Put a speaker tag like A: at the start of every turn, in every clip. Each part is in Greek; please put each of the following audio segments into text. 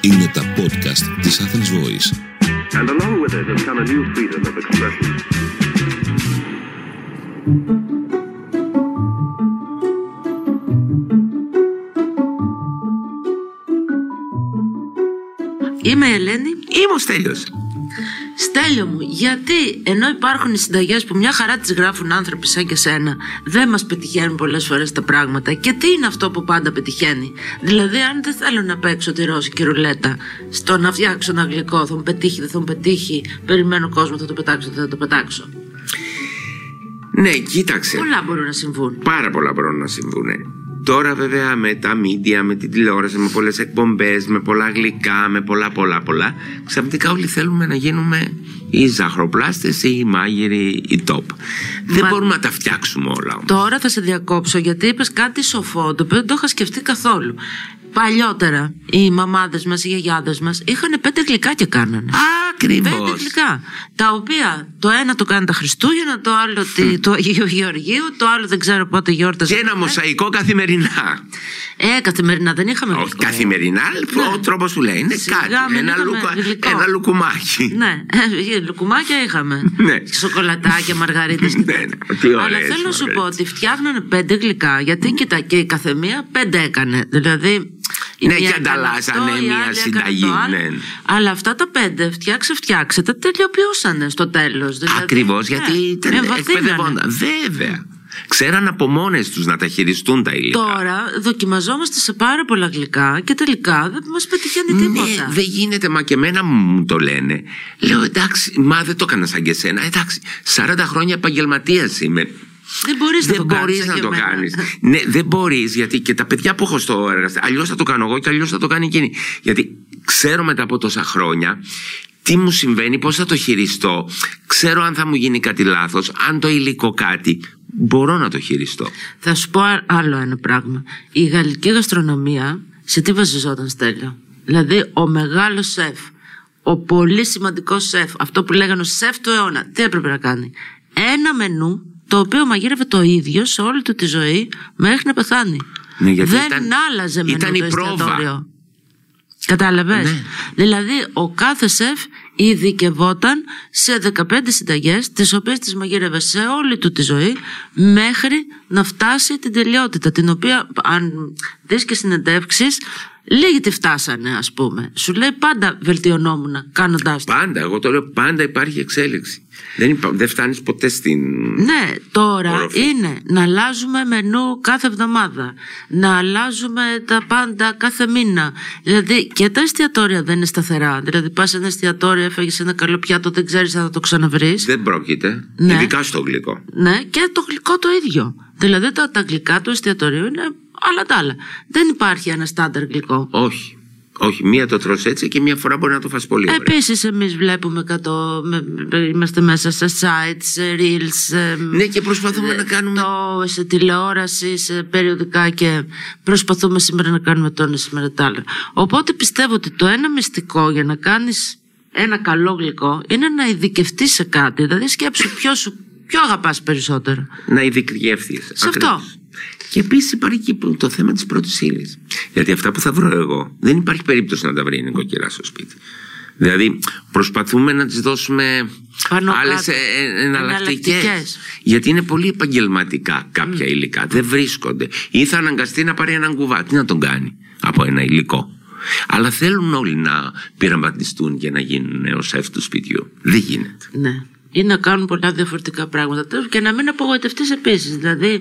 A: Είναι τα podcast της Athens Voice.
B: And along with it has come a new freedom of expression.
C: Είμαι η Ελένη.
D: Είμαι ο Στέλιος.
C: Στέλιο μου, γιατί ενώ υπάρχουν οι συνταγές που μια χαρά τις γράφουν άνθρωποι σαν και σένα, δεν μας πετυχαίνουν πολλές φορές τα πράγματα. Και τι είναι αυτό που πάντα πετυχαίνει. Δηλαδή, αν δεν θέλω να παίξω τη ρώσικη ρουλέτα, στο να φτιάξω ένα γλυκό, θα μου πετύχει, δεν θα μου πετύχει, περιμένω κόσμο, θα το πετάξω, δεν θα το πετάξω.
D: Ναι, κοίταξε.
C: Πολλά μπορούν να συμβούν.
D: Πάρα πολλά μπορούν να συμβούν. Τώρα βέβαια με τα μίντια, με την τηλεόραση, με πολλές εκπομπές, με πολλά γλυκά, με πολλά πολλά πολλά Ξαφνικά όλοι θέλουμε να γίνουμε οι ζαχροπλάστες ή οι μάγειροι, οι top Δεν
C: Μα-
D: μπορούμε να τα φτιάξουμε όλα όμως.
C: Τώρα θα σε διακόψω γιατί είπες κάτι σοφό, το οποίο δεν το είχα σκεφτεί καθόλου. Παλιότερα οι μαμάδες μας, οι γιαγιάδες μας είχαν πέντε γλυκά και κάνανε. Πέντε
D: Ακριβώς
C: γλυκά. Τα οποία το ένα το κάνει τα Χριστούγεννα, το άλλο τη- του Αγίου Γεωργίου, το άλλο δεν ξέρω πότε γιόρταζε.
D: Και ένα μοσαϊκό καθημερινά
C: Ε, καθημερινά δεν είχαμε.
D: Όχι
C: γλυκό.
D: καθημερινά, λοιπόν, ο τρόπος σου λέει είναι
C: Ναι. Σιγά
D: κάτι
C: μην
D: ένα,
C: είχαμε
D: λουκα-
C: γλυκό.
D: ένα λουκουμάκι
C: Ναι, ε, λουκουμάκια είχαμε.
D: Ναι.
C: Σοκολατάκια, μαργαρίτες
D: Ναι, ναι, τι
C: Αλλά
D: ωραίες
C: θέλω να σου πω
D: μαργαρίτες.
C: ότι φτιάχνανε πέντε γλυκά. Γιατί κοίτα, και η καθεμία πέντε έκανε. Δηλαδή. η
D: Ναι,
C: μία
D: και
C: έκανε
D: ανταλλάσσανε
C: αυτό, η
D: μία
C: άλλη έκανε
D: συνταγή,
C: το άλλο.
D: ναι.
C: Αλλά αυτά τα πέντε, φτιάξε, φτιάξε, τα τελειοποιούσανε στο τέλος. Δηλαδή,
D: Ακριβώς,
C: ναι,
D: γιατί ήταν
C: εμβαθύνανε.
D: εκπαιδευόντα. Βέβαια. Ξέραν από μόνες τους να τα χειριστούν τα υλικά.
C: Τώρα δοκιμαζόμαστε σε πάρα πολλά γλυκά και τελικά δεν μας πετυχαίνει
D: Ναι,
C: τίποτα.
D: δεν γίνεται, μα και εμένα μου το λένε. Λέω εντάξει, μα δεν το έκανα σαν και εσένα. Εντάξει, 40 χρόνια επαγγελματίας είμαι.
C: δεν μπορείς να το
D: δεν μπορεί
C: κάνεις,
D: να
C: και
D: το
C: εμένα.
D: κάνεις. Ναι, δεν μπορείς, γιατί και τα παιδιά που έχω στο εργαστήριο. Αλλιώς θα το κάνω εγώ και αλλιώς θα το κάνει εκείνη. Γιατί ξέρω μετά από τόσα χρόνια τι μου συμβαίνει, πώς θα το χειριστώ. Ξέρω αν θα μου γίνει κάτι λάθος, αν το υλικό κάτι. Μπορώ να το χειριστώ.
C: Θα σου πω α- άλλο ένα πράγμα. Η γαλλική γαστρονομία σε τι βασιζόταν, Στέλιο. Δηλαδή, ο μεγάλος σεφ, ο πολύ σημαντικός σεφ, αυτό που λέγανε ο σεφ του αιώνα, τι έπρεπε να κάνει. Ένα μενού το οποίο μαγείρευε το ίδιο σε όλη του τη ζωή μέχρι να πεθάνει.
D: Ναι, γιατί
C: δεν
D: ήταν-
C: άλλαζε μενού
D: ήταν η
C: το
D: πρόβα.
C: εστιατόριο. Κατάλαβες.
D: Ναι.
C: Δηλαδή, ο κάθε σεφ ειδικευόταν σε 15 συνταγές, τις οποίες τις μαγείρευε σε όλη του τη ζωή, μέχρι να φτάσει την τελειότητα. Την οποία, αν δεις και συνεντεύξεις, λίγοι τη φτάσανε, ας πούμε. Σου λέει πάντα βελτιωνόμουν κάνοντά το.
D: Πάντα, εγώ το λέω, πάντα υπάρχει εξέλιξη. Δεν, υπά, δεν φτάνεις ποτέ στην.
C: Ναι, τώρα
D: Οροφή.
C: είναι να αλλάζουμε μενού κάθε εβδομάδα, να αλλάζουμε τα πάντα κάθε μήνα. Δηλαδή και τα εστιατόρια δεν είναι σταθερά. Δηλαδή πας σε ένα εστιατόριο, έφαγες ένα καλό πιάτο, δεν ξέρεις αν θα το ξαναβρεις.
D: Δεν πρόκειται.
C: Ναι.
D: Ειδικά στο γλυκό.
C: Ναι, και το γλυκό το ίδιο. Δηλαδή τα, τα γλυκά του εστιατορίου είναι άλλα τα άλλα. Δεν υπάρχει ένα στάνταρ γλυκό.
D: Όχι. Όχι, μία το τρως έτσι και μία φορά μπορεί να το φας πολύ ωραία.
C: Επίσης, εμείς βλέπουμε κατώ, με- με- είμαστε μέσα σε sites, σε reels. σε-
D: Ναι, και προσπαθούμε
C: Ε,
D: να κάνουμε.
C: Το, σε τηλεόραση, σε περιοδικά και προσπαθούμε σήμερα να κάνουμε το ένα, σήμερα το άλλο. Οπότε πιστεύω ότι το ένα μυστικό για να κάνεις ένα καλό γλυκό είναι να ειδικευτείς σε κάτι. Δηλαδή σκέψου ποιος, σου, ποιο αγαπάς περισσότερο.
D: Να ειδικριεύθεις.
C: Σε αυτό.
D: Ακριβώς. Και επίσης υπάρχει και το θέμα της πρώτης ύλης. Γιατί αυτά που θα βρω εγώ δεν υπάρχει περίπτωση να τα βρει η νοικοκυρά στο σπίτι. Δηλαδή προσπαθούμε να τις δώσουμε
C: Πάνω
D: άλλες
C: κάτω.
D: εναλλακτικές.
C: Εναλλακτικές.
D: Γιατί είναι πολύ επαγγελματικά κάποια υλικά. Δεν βρίσκονται. Ή θα αναγκαστεί να πάρει έναν κουβά. Τι να τον κάνει από ένα υλικό. Αλλά θέλουν όλοι να πειραματιστούν και να γίνουν ο σεφ του σπιτιού. Δεν γίνεται.
C: Ναι. Ή να κάνουν πολλά διαφορετικά πράγματα. Τέλος, Και να μην απογοητευτείς επίσης. Δηλαδή,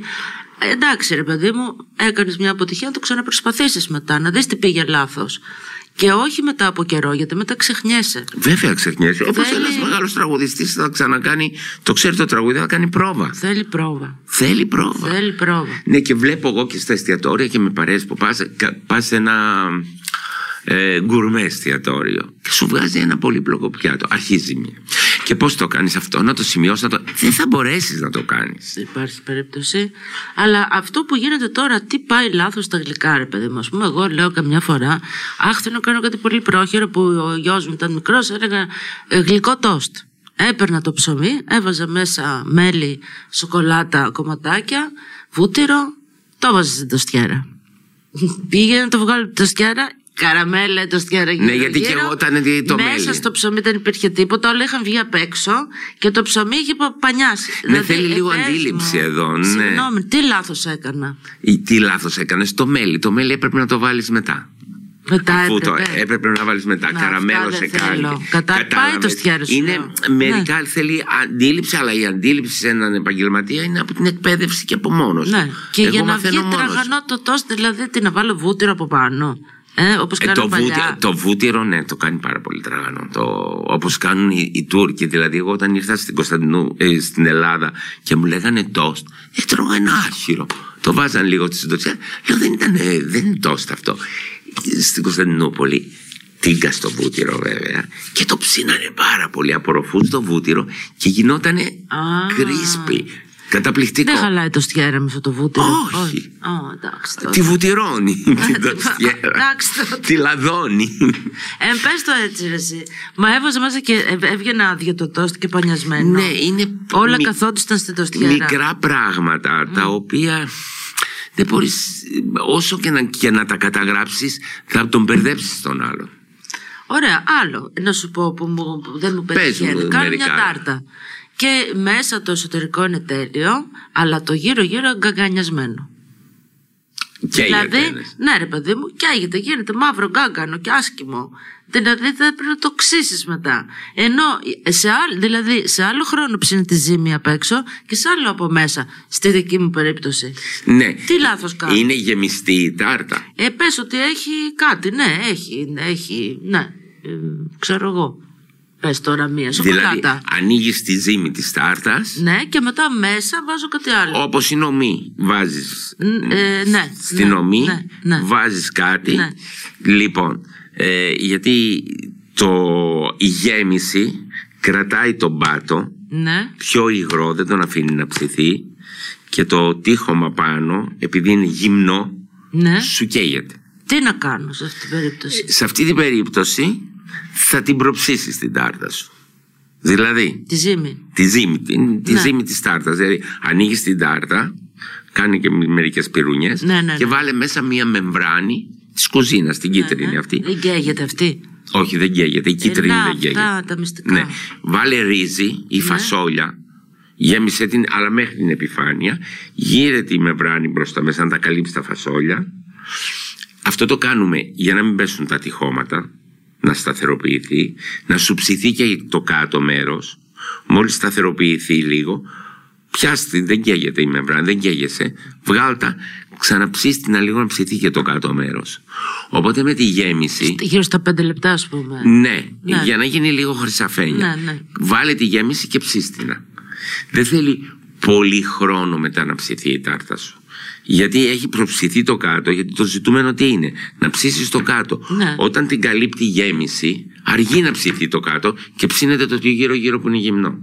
C: ε, εντάξει, ρε παιδί μου, έκανες μια αποτυχία να το ξαναπροσπαθήσεις μετά, να δεις τι πήγε λάθος. Και όχι μετά από καιρό, γιατί μετά ξεχνιέσαι.
D: Βέβαια ξεχνιέσαι. Όπως
C: Θέλει-
D: ένας μεγάλος τραγουδιστής θα ξανακάνει, το ξέρει το τραγούδι, θα κάνει πρόβα.
C: Θέλει πρόβα.
D: Θέλει πρόβα.
C: Θέλει πρόβα.
D: Ναι, και βλέπω εγώ και στα εστιατόρια και με παρέες που πας, κα- πας σε ένα ε, γκουρμέ εστιατόριο και σου βγάζει ένα πολύπλοκο πιάτο. Αρχίζει μία. Και πώς το κάνεις αυτό, να το σημειώσεις, να το... Δεν θα μπορέσεις να το κάνεις.
C: Δεν υπάρχει περίπτωση. Αλλά αυτό που γίνεται τώρα, τι πάει λάθος στα γλυκά, ρε παιδί μου. Ας πούμε, εγώ λέω καμιά φορά, Αχ, θέλω να κάνω κάτι πολύ πρόχειρο που ο γιος μου ήταν μικρός, έλεγα «Ε, γλυκό τόστ. Έπαιρνα το ψωμί, έβαζα μέσα μέλι, σοκολάτα, κομματάκια, βούτυρο, Το βάζει στην τοστιέρα. Πήγαινε να το βγάλω από την τοστιέρα, καραμέλα τοστιέρα γύρω.
D: Ναι, γιατί και εγώ ήταν δι- το
C: Μέσα
D: μέλι.
C: στο ψωμί δεν υπήρχε τίποτα, όλα είχαν βγει απ' έξω και το ψωμί είχε πα- πανιάσει.
D: Ναι, θέλει λίγο
C: ε, πες
D: αντίληψη
C: μου,
D: εδώ, ναι.
C: Συγγνώμη, τι λάθος έκανα.
D: Ή Τι λάθος έκανες, το μέλι. Το μέλι έπρεπε να το βάλεις μετά.
C: Μετά
D: Αφού το
C: έπρεπε.
D: έπρεπε να βάλεις μετά.
C: ναι. Να,
D: Καραμέλο
C: αυτά
D: σε
C: δεν
D: κάνει.
C: θέλω. Κατά-
D: Κατάλαβες.
C: πάει το στιάρι σου,
D: Είναι
C: λέω. Ναι.
D: μερικά θέλει αντίληψη, αλλά η αντίληψη σε έναν επαγγελματία είναι από την εκπαίδευση και από μόνος.
C: Ναι. Και για να βγει τραγανό το τόστ, δηλαδή τι να βάλω βούτυρο από πάνω. Ε, Όπως
D: Ε,
C: κάνω
D: το,
C: παλιά.
D: βούτυρο, το βούτυρο, ναι, το κάνει πάρα πολύ τραγανό. Το, όπως κάνουν οι, οι Τούρκοι. Δηλαδή, εγώ όταν ήρθα στην, Κωνσταντινού, ε, στην Ελλάδα και μου λέγανε τόστ, έτρωγα ένα άχυρο. Το βάζαν λίγο στη συντοξιά. Λέω, δεν, ήταν, ε, δεν είναι τόστ αυτό. Στην Κωνσταντινούπολη, τίγκα στο βούτυρο βέβαια. Και το ψήνανε πάρα πολύ. Απορροφούν στο βούτυρο και γινότανε κρίσπι. Καταπληκτικό.
C: Δεν χαλάει το στιέρα με αυτό το βούτυρο.
D: Όχι.
C: Ω, εντάξει, τότε.
D: Τη βουτυρώνει την τοστιέρα.
C: Εντάξει, τότε.
D: Τη λαδώνει.
C: Ε, πες το έτσι, ρε, εσύ. Μα έβαζα μέσα και ε, έβγαινα άδεια το τόστ και πανιασμένο.
D: Ναι, είναι
C: Όλα
D: μι-
C: καθόντουσαν στην τοστιέρα.
D: μικρά πράγματα τα οποία δεν μπορείς, όσο και να, και να τα καταγράψεις θα τον μπερδέψεις τον άλλον.
C: Ωραία, άλλο να σου πω που, μου, που δεν μου
D: Πες μου
C: πετυχαίνει. Κάνω μια
D: μερικά.
C: τάρτα. Και μέσα το εσωτερικό είναι τέλειο, αλλά το γύρω-γύρω γκαγκανιασμένο.
D: Και
C: δηλαδή,
D: οι
C: ναι, ρε παιδί μου, και άγεται, γίνεται μαύρο γκάγκανο και άσχημο. Δηλαδή θα πρέπει να το ξύσει μετά. Ενώ σε άλλο, δηλαδή, σε άλλο χρόνο ψήνει τη ζύμη απ' έξω και σε άλλο από μέσα, στη δική μου περίπτωση.
D: Ναι.
C: Τι λάθος κάνω.
D: Είναι γεμιστή η τάρτα.
C: Ε, πες ότι έχει κάτι, ναι, έχει, έχει, ναι, ε, ξέρω εγώ. Πες τώρα μία σοκολάτα.
D: Δηλαδή ανοίγεις τη ζύμη της τάρτας
C: Ναι, και μετά μέσα βάζω κάτι άλλο.
D: όπως η νομή βάζεις
C: Ν- ε, ναι,
D: στην
C: ναι,
D: νομή
C: ναι, ναι.
D: βάζεις κάτι
C: Ναι.
D: λοιπόν ε, γιατί το, η γέμιση κρατάει τον πάτο
C: Ναι,
D: πιο υγρό, δεν τον αφήνει να ψηθεί και το τείχομα πάνω, επειδή είναι γυμνό,
C: ναι.
D: σου καίγεται.
C: Τι να κάνω σε αυτή την περίπτωση.
D: Σε αυτή την περίπτωση θα την προψήσεις την τάρτα σου. Δηλαδή,
C: Τη ζύμη.
D: τη ζύμη, την- τη
C: Ναι.
D: ζύμη της τάρτας. Δηλαδή, ανοίγεις την τάρτα, κάνει και με- μερικές πυρούνιες
C: Ναι, ναι, ναι.
D: και βάλε μέσα μία μεμβράνη της κουζίνας, την κίτρινη
C: Ναι, ναι.
D: αυτή.
C: Δεν καίγεται αυτή.
D: Όχι, δεν καίγεται. Η κίτρινη
C: να,
D: δεν καίγεται.
C: αυτά τα μυστικά.
D: Ναι. Βάλε ρύζι ή φασόλια. Γέμισε την, αλλά μέχρι την επιφάνεια. Γύρε τη μεμβράνη μπροστά μέσα, να τα καλύψεις τα φασόλια. Αυτό το κάνουμε για να μην πέσουν τα τυχώματα, να σταθεροποιηθεί, να σου ψηθεί και το κάτω μέρος. Μόλις σταθεροποιηθεί λίγο, πιάστη, δεν καίγεται η μεμβράνη, δεν καίγεσαι, βγάλτα, ξαναψύστη να λίγο να ψηθεί και το κάτω μέρος. Οπότε με τη γέμιση...
C: Γύρω στα πέντε λεπτά, ας πούμε.
D: Ναι,
C: Ναι.
D: για να γίνει λίγο χρυσαφένια.
C: Ναι, ναι.
D: Βάλε τη γέμιση και ψήστηνα. Δεν θέλει πολύ χρόνο μετά να ψηθεί η τάρτα σου. Γιατί έχει προψηθεί το κάτω, γιατί το ζητούμενο τι είναι, να ψήσεις το κάτω.
C: Ναι.
D: Όταν την καλύπτει η γέμιση, αργεί να ψηθεί το κάτω και ψήνεται το γύρω-γύρω που είναι γυμνό.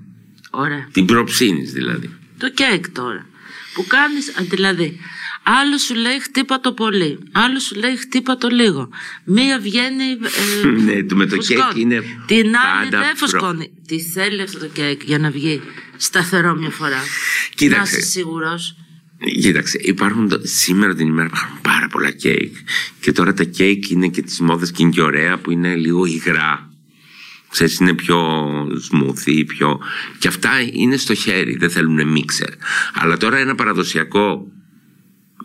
C: Ωραία.
D: Την προψήνεις δηλαδή.
C: Το κέικ τώρα. Που κάνεις, δηλαδή, άλλο σου λέει χτύπα το πολύ, άλλο σου λέει χτύπα το λίγο. Μία βγαίνει. Ε,
D: Ναι, το- με το
C: φουσκώνει.
D: κέικ είναι
C: Την άλλη
D: πάντα
C: δεν
D: προ-
C: φουσκώνει. Τι θέλει αυτό το κέικ για να βγει σταθερό μια φορά.
D: Κοίταξε.
C: Να είσαι σίγουρος.
D: Κοίταξε, υπάρχουν το- σήμερα την ημέρα υπάρχουν πάρα πολλά κέικ. Και τώρα τα κέικ είναι και τη μόδα και είναι και ωραία που είναι λίγο υγρά. Ξέρεις, είναι πιο smoothie, πιο... Και αυτά είναι στο χέρι, δεν θέλουν μίξερ. Αλλά τώρα ένα παραδοσιακό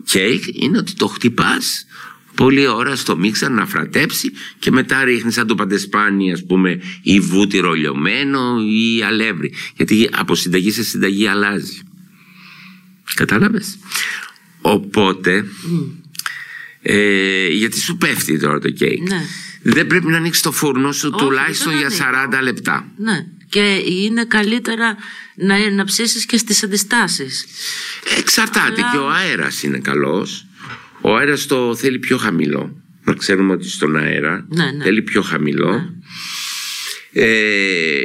D: κέικ είναι ότι το χτυπάς πολλή ώρα στο μίξερ να φρατέψει και μετά ρίχνεις σαν το παντεσπάνι ας πούμε ή βούτυρο λιωμένο ή αλεύρι. Γιατί από συνταγή σε συνταγή αλλάζει. Κατάλαβες. Οπότε, ε, γιατί σου πέφτει τώρα το κέικ.
C: Ναι.
D: Δεν πρέπει να ανοίξεις το φούρνο σου
C: Όχι,
D: τουλάχιστον
C: δεν
D: για
C: ανοίγω.
D: 40 λεπτά.
C: Ναι. Και είναι καλύτερα να, να ψήσεις και στις αντιστάσεις.
D: Εξαρτάται
C: Αλλά-
D: και ο αέρας είναι καλός. Ο αέρας το θέλει πιο χαμηλό. Να ξέρουμε ότι στον αέρα
C: Ναι, ναι.
D: θέλει πιο χαμηλό. Ε,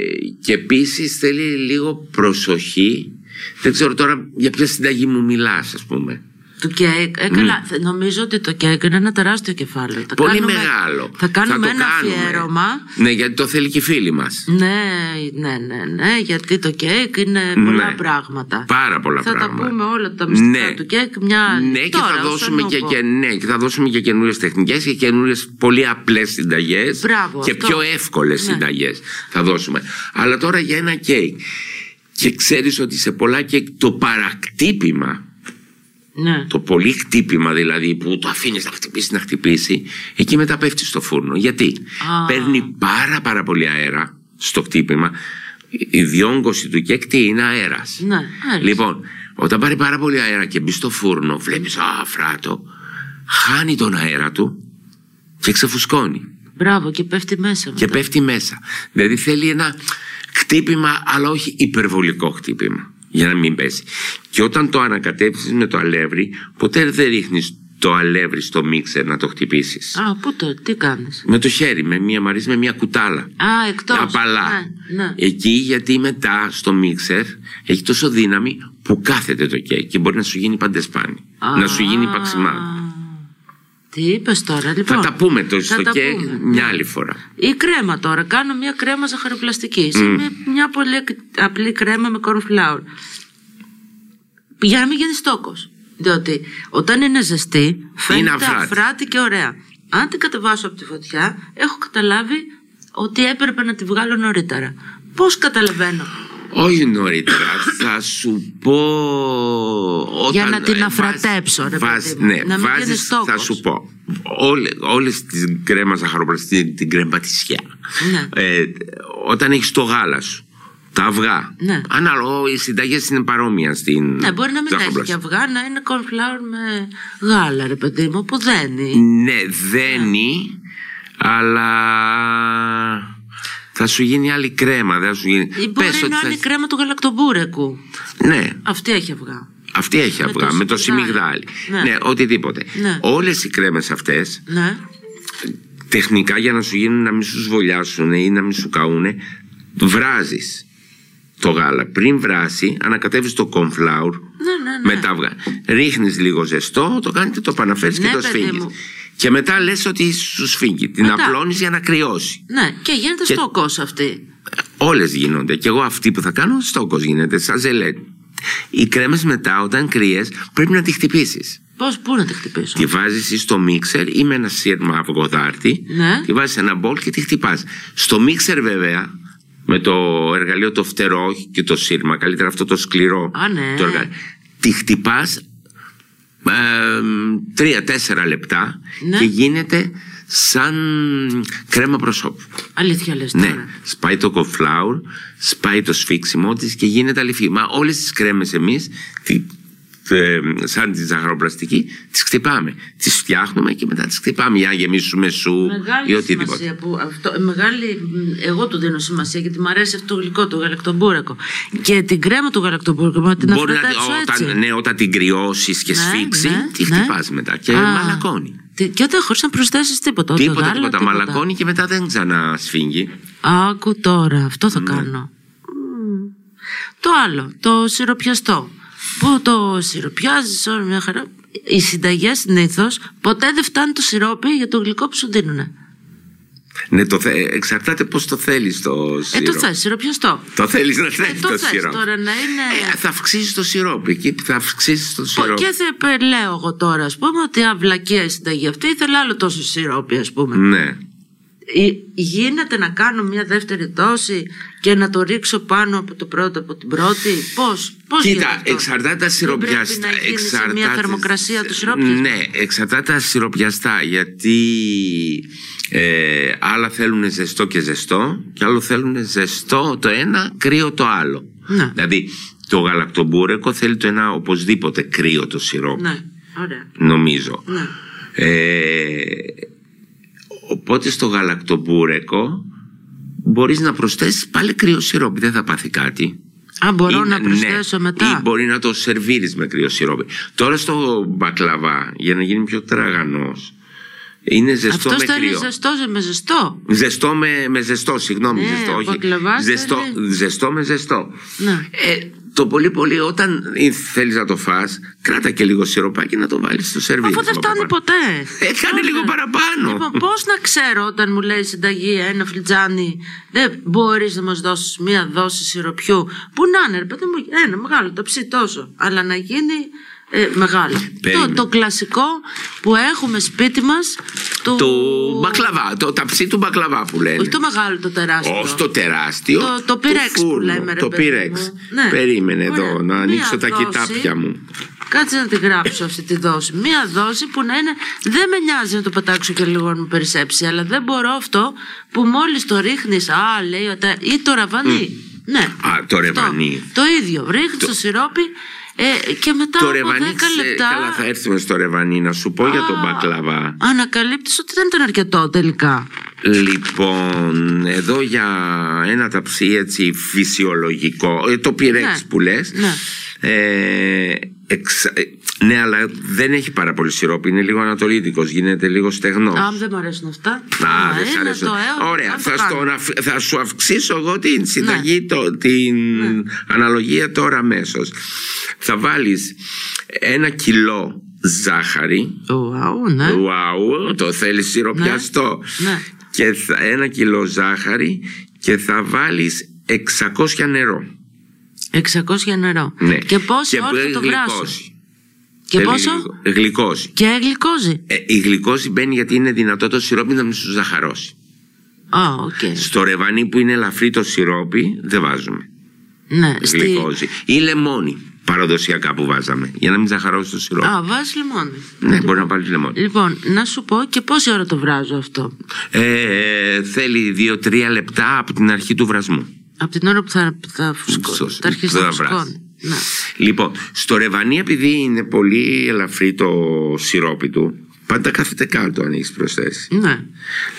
D: και επίσης θέλει λίγο προσοχή. Δεν ξέρω τώρα για ποια συνταγή μου μιλάς ας πούμε.
C: Το ΚΕΚ, ε, καλά, θε- νομίζω ότι το ΚΕΚ είναι ένα τεράστιο κεφάλαιο. Θα
D: Ναι. Πολύ
C: κάνουμε-
D: μεγάλο.
C: Θα κάνουμε
D: το
C: ένα
D: κάνουμε.
C: αφιέρωμα.
D: Ναι, γιατί το θέλει και η φίλη μας.
C: Ναι, ναι, ναι, ναι, γιατί το ΚΕΚ είναι πολλά
D: Ναι.
C: πράγματα.
D: Πάρα πολλά
C: θα
D: πράγματα.
C: τα πούμε όλα τα μυστικά
D: Ναι.
C: του ΚΕΚ μια άλλη-
D: Ναι, και
C: Τώρα,
D: θα
C: όσο
D: δώσουμε
C: να
D: και,
C: πω.
D: και, ναι, και θα δώσουμε και καινούριες τεχνικές και καινούριες πολύ απλές συνταγές.
C: Μπράβο,
D: Και
C: αυτό.
D: πιο εύκολες
C: Ναι.
D: συνταγές θα δώσουμε. Αλλά τώρα για ένα κέικ. Και ξέρεις ότι σε πολλά κέικ το παρακτύπημα,
C: Ναι.
D: το πολύ χτύπημα δηλαδή που το αφήνεις να χτυπήσει, να χτυπήσει, εκεί μετά πέφτει στο φούρνο. Γιατί
C: Α.
D: παίρνει πάρα πάρα πολύ αέρα στο χτύπημα. Η- Η διόγκωση του κέικ τι είναι αέρας.
C: Ναι, άρεσε.
D: Λοιπόν, όταν πάρει πάρα πολύ αέρα και μπει στο φούρνο, βλέπεις Α, φράτο, χάνει τον αέρα του και ξεφουσκώνει
C: Μπράβο, και πέφτει μέσα.
D: και
C: μετά.
D: πέφτει μέσα. Δηλαδή θέλει ένα χτύπημα, αλλά όχι υπερβολικό χτύπημα, για να μην πέσει. Και όταν το ανακατέψεις με το αλεύρι, ποτέ δεν ρίχνεις το αλεύρι στο μίξερ να το χτυπήσεις.
C: Α, πού το, τι κάνεις.
D: Με το χέρι, με μία μαρίς, με μία κουτάλα.
C: Α, εκτός.
D: Απαλά.
C: Ναι, ναι.
D: Εκεί γιατί μετά στο μίξερ έχει τόσο δύναμη που κάθεται το κέικ και μπορεί να σου γίνει παντεσπάνι. Ε, Να σου γίνει
C: Α,
D: παξιμάδι.
C: Τι είπες τώρα,
D: Θα
C: λοιπόν.
D: τα πούμε το
C: Θα
D: στο
C: τα
D: κέικ
C: πούμε.
D: μια άλλη φορά.
C: Η κρέμα τώρα. Κάνω μια κρέμα ζαχαροπλαστική. μια πολύ εκ- απλή κρέμα με cornflour. Για να μην γίνεις στόκος. Διότι όταν είναι ζεστή, φαίνεται
D: αφράτη.
C: αφράτη και ωραία. Αν την κατεβάσω από τη φωτιά, έχω καταλάβει ότι έπρεπε να τη βγάλω νωρίτερα. Πώς καταλαβαίνω.
D: Όχι νωρίτερα. θα σου πω. Όταν,
C: Για να την
D: ε, βάζ-
C: αφρατέψω, ρε
D: βάζ-
C: παιδί μου.
D: ναι,
C: Να μην
D: βάζεις-
C: γίνει στόχος.
D: Θα σου πω. Όλε όλες τις κρέμα ζαχαροπλαστή, την κρέμα τη
C: Ναι.
D: Ε, όταν έχεις το γάλα σου, τα αυγά.
C: Ναι.
D: Ανάλογα, οι συνταγές είναι παρόμοια στην.
C: Ναι, μπορεί να μην τα έχεις
D: ζαχαροπλαστική.
C: και αυγά, να είναι cornflour με γάλα, ρε παιδί μου, που δένει.
D: Ναι, δένει, αλλά θα σου γίνει άλλη κρέμα. Δεν θα σου γίνει...
C: Ή μπορεί
D: Πες ότι
C: να
D: θα
C: είναι
D: έχεις-
C: κρέμα του γαλακτομπούρεκου.
D: Ναι,
C: Αυτή έχει αυγά.
D: αυτή έχει
C: Με
D: αυγά,
C: το
D: με το
C: σιμιγδάλι.
D: σιμιγδάλι.
C: Ναι.
D: Ναι, οτιδήποτε.
C: Ναι.
D: Όλες οι κρέμες αυτές,
C: Ναι.
D: τεχνικά για να σου γίνουν να μην σου σβολιάσουν ή να μην σου καούνε, βράζεις το γάλα. Πριν βράσει, ανακατεύεις το cornflour
C: Ναι, ναι, ναι.
D: με τα αυγά. Ρίχνεις λίγο ζεστό, το κάνετε, το επαναφέρεις
C: Ναι,
D: και το
C: παιδί
D: σφίγγεις.
C: μου.
D: Και μετά λες ότι σου σφίγγει. Την
C: Μετά.
D: απλώνεις για να κρυώσει.
C: Ναι, και γίνεται
D: Και-
C: στόκος αυτή.
D: Όλες γίνονται. Και εγώ αυτή που θα κάνω, στόκος γίνεται, σαν ζελέτη. Οι κρέμες μετά, όταν κρύες, πρέπει να τη χτυπήσεις.
C: Πώς, πού να τη χτυπήσω.
D: Τη βάζεις στο μίξερ ή με ένα σύρμα αυγοδάρτη.
C: Ναι.
D: Τη βάζεις σε ένα μπολ και τη χτυπάς. Στο μίξερ, βέβαια, με το εργαλείο το φτερό όχι και το σύρμα, καλύτερα αυτό το σκληρό.
C: Α, ναι.
D: Το εργαλείο. Τη χτυπάς τρία-τέσσερα λεπτά
C: Ναι.
D: και γίνεται σαν κρέμα προσώπου.
C: Αλήθεια λες τώρα.
D: Ναι, σπάει το κοφλάουρ, σπάει το σφίξιμό της και γίνεται αληφή. Μα όλες τις κρέμες εμείς, ε, σαν τη ζαχαροπλαστική, τις χτυπάμε. Τις φτιάχνουμε και μετά τις χτυπάμε για να γεμίσουμε σου ή
C: Μεγάλη
D: οτιδήποτε.
C: σημασία που αυτό, ε, μεγάλη, μ, εγώ του δίνω σημασία γιατί μου αρέσει αυτό το γλυκό, το γαλακτομπούρεκο. Και την κρέμα του γαλακτομπούρεκου μπορεί να την
D: Μπορεί να,
C: αφρατέψω έτσι.
D: όταν, ναι, όταν την κρυώσεις και
C: Ναι,
D: σφίξει,
C: ναι,
D: τη
C: ναι.
D: χτυπάς μετά και
C: Α,
D: μαλακώνει.
C: τι- Και όταν χωρίς να προσθέσεις τίποτα. ούτε
D: Τίποτα,
C: γάλα,
D: τίποτα. Μαλακώνει και μετά δεν ξανασφίγγει.
C: Άκου τώρα, αυτό
D: Ναι.
C: θα κάνω. Μμμ. Το άλλο, το σιροπιαστό. Που το σιροπιάζει, όλα μια χαρά. Οι συνταγές συνήθως ποτέ δεν φτάνει το σιρόπι για το γλυκό που σου δίνουν.
D: Ναι, το θε- εξαρτάται πώς το θέλεις το
C: Ε,
D: σιρόπι.
C: το θες, σιροπιαστό.
D: Το θέλεις να
C: Ε,
D: θέλεις
C: το
D: το
C: θες
D: σιρόπι.
C: τώρα να είναι.
D: Ε, θα αυξήσεις το σιρόπι. Εκεί που θα αυξήσεις το
C: Πο-
D: σιρόπι.
C: Ναι. Και θα ε, λέω εγώ τώρα, ας πούμε, ότι αυλακία η συνταγή αυτή ήθελε άλλο τόσο σιρόπι, ας πούμε.
D: Ναι.
C: Ε, Γίνεται να κάνω μια δεύτερη δόση και να το ρίξω πάνω από το πρώτο, από την πρώτη. Πώς, πώς γίνεται.
D: Κοίτα,
C: αυτό?
D: εξαρτάται τα
C: Δεν πρέπει να
D: σιροπιαστά.
C: γίνει σε μια
D: εξαρτάται-
C: θερμοκρασία του σιρόπιου.
D: Ναι, εξαρτάται τα σιροπιαστά. Γιατί ε, άλλα θέλουν ζεστό και ζεστό, και άλλο θέλουν ζεστό το ένα, κρύο το άλλο.
C: Ναι.
D: Δηλαδή, το γαλακτομπούρεκο θέλει το ένα οπωσδήποτε κρύο το σιρόπι.
C: Ναι, ωραία.
D: Νομίζω.
C: Ναι.
D: Ε, οπότε στο γαλακτομπούρεκο μπορείς να προσθέσεις πάλι κρύο σιρόπι, δεν θα πάθει κάτι.
C: Αν μπορώ
D: Είναι-
C: να προσθέσω
D: ναι.
C: μετά.
D: Ή μπορεί να το σερβίρεις με κρύο σιρόπι. Τώρα στο μπακλαβά, για να γίνει πιο τραγανός, Είναι ζεστό
C: Αυτός
D: με
C: ήταν
D: κρύο.
C: ζεστός με ζεστό.
D: Ζεστό με, με ζεστό, συγγνώμη.
C: Ναι,
D: ζεστό, όχι.
C: μπακλαβά
D: Ζεστό,
C: θέλει.
D: ζεστό με ζεστό.
C: Ναι.
D: Ε, το πολύ πολύ όταν θέλεις να το φας κράτα και λίγο σιροπάκι να το βάλεις στο σερβίρισμα.
C: Αφού δεν φτάνει
D: παραπάνω.
C: ποτέ.
D: Έκανε Ε, λίγο παραπάνω.
C: Λοιπόν, πώς να ξέρω όταν μου λέει η συνταγή ε, ένα φλιτζάνι, δεν μπορείς να μας δώσεις μία δόση σιροπιού. Που να είναι, ρε παιδί μου, ένα μεγάλο, το ψή τόσο. Αλλά να γίνει ε, μεγάλο. Το,
D: Περίμενε.
C: το κλασικό που έχουμε σπίτι μας του.
D: Το μπακλαβά, το ταψί του μπακλαβά που λένε.
C: Όχι το μεγάλο, το τεράστιο.
D: Όχι το τεράστιο.
C: Το- το πυρέξ που
D: φούρνο,
C: λέμε, ρε
D: Το
C: παιδί
D: πυρέξ.
C: μου. Ναι.
D: Περίμενε
C: Ωραία.
D: εδώ να
C: Μία
D: ανοίξω τα
C: δόση.
D: κοιτάπια μου.
C: Κάτσε να τη γράψω αυτή τη δόση. Μία δόση που να είναι. Δεν με νοιάζει να το πετάξω και λίγο να μου περισσέψει, αλλά δεν μπορώ αυτό που μόλις το ρίχνεις. Α, λέει, ο τε- ή το ραβανί. Ναι.
D: Α, το ρεβανί.
C: Το, το ίδιο. Ρίχνεις το, σιρόπι ε, και μετά
D: Το
C: από 10
D: ρεβανί, ξε-
C: λεπτά.
D: καλά θα έρθουμε στο ρεβανί να σου πω για τον μπακλαβά.
C: Ανακαλύπτεις ότι δεν ήταν αρκετό τελικά.
D: Λοιπόν, εδώ για ένα ταψί έτσι φυσιολογικό, ε, το πυρέξ
C: Ναι.
D: που λες.
C: Ναι.
D: Ε, εξ- ε, ναι, αλλά δεν έχει πάρα πολύ σιρόπι, είναι λίγο ανατολίτικος, γίνεται λίγο στεγνός.
C: Α, δεν μου αρέσουν αυτά.
D: Α,
C: Μα
D: δεν σ'
C: είναι
D: αρέσουν.
C: το έω-
D: Ωραία,
C: αν το Ναι.
D: θα,
C: κάνω.
D: στον αφ- θα σου αυξήσω εγώ την συνταγή, το- την
C: Ναι.
D: αναλογία τώρα αμέσως. Θα βάλεις ένα κιλό ζάχαρη,
C: Ουαου, ναι.
D: Wow, το θέλεις σιροπιαστό.
C: Ναι.
D: Και θα, ένα κιλό ζάχαρη και θα βάλεις 600 νερό.
C: 600 νερό.
D: Ναι.
C: Και πόση ώρα
D: μπορεί
C: το βράσο.
D: γλυκόζι.
C: Και
D: Ε,
C: πόσο.
D: γλυκο- Γλυκόζι.
C: Και γλυκόζι.
D: Ε, η γλυκόζι μπαίνει γιατί είναι δυνατό το σιρόπι να μην σου ζαχαρώσει.
C: Α, οκ.
D: Στο ρεβανί που είναι ελαφρύ το σιρόπι δεν βάζουμε
C: Ναι,
D: γλυκόζι. Ή λεμόνι παραδοσιακά που βάζαμε για να μην ζαχαρώσει το σιρόπι.
C: Α, βάζεις λιμόνι.
D: Ναι, μπορεί να βάλεις λεμόνι.
C: Λοιπόν, να σου πω και πόση ώρα το βράζω αυτό.
D: Ε, ε, θέλει 2-3 λεπτά από την αρχή του βρασμού.
C: Από την ώρα που θα, θα φουσκώνει.
D: Σωστό.
C: Θα αρχίσει
D: Δεν
C: να
D: θα βράζεις.
C: φουσκώνει. Ναι.
D: Λοιπόν, στο ρεβανί επειδή είναι πολύ ελαφρύ το σιρόπι του, πάντα κάθεται κάτω αν έχεις προσθέσει.
C: ναι.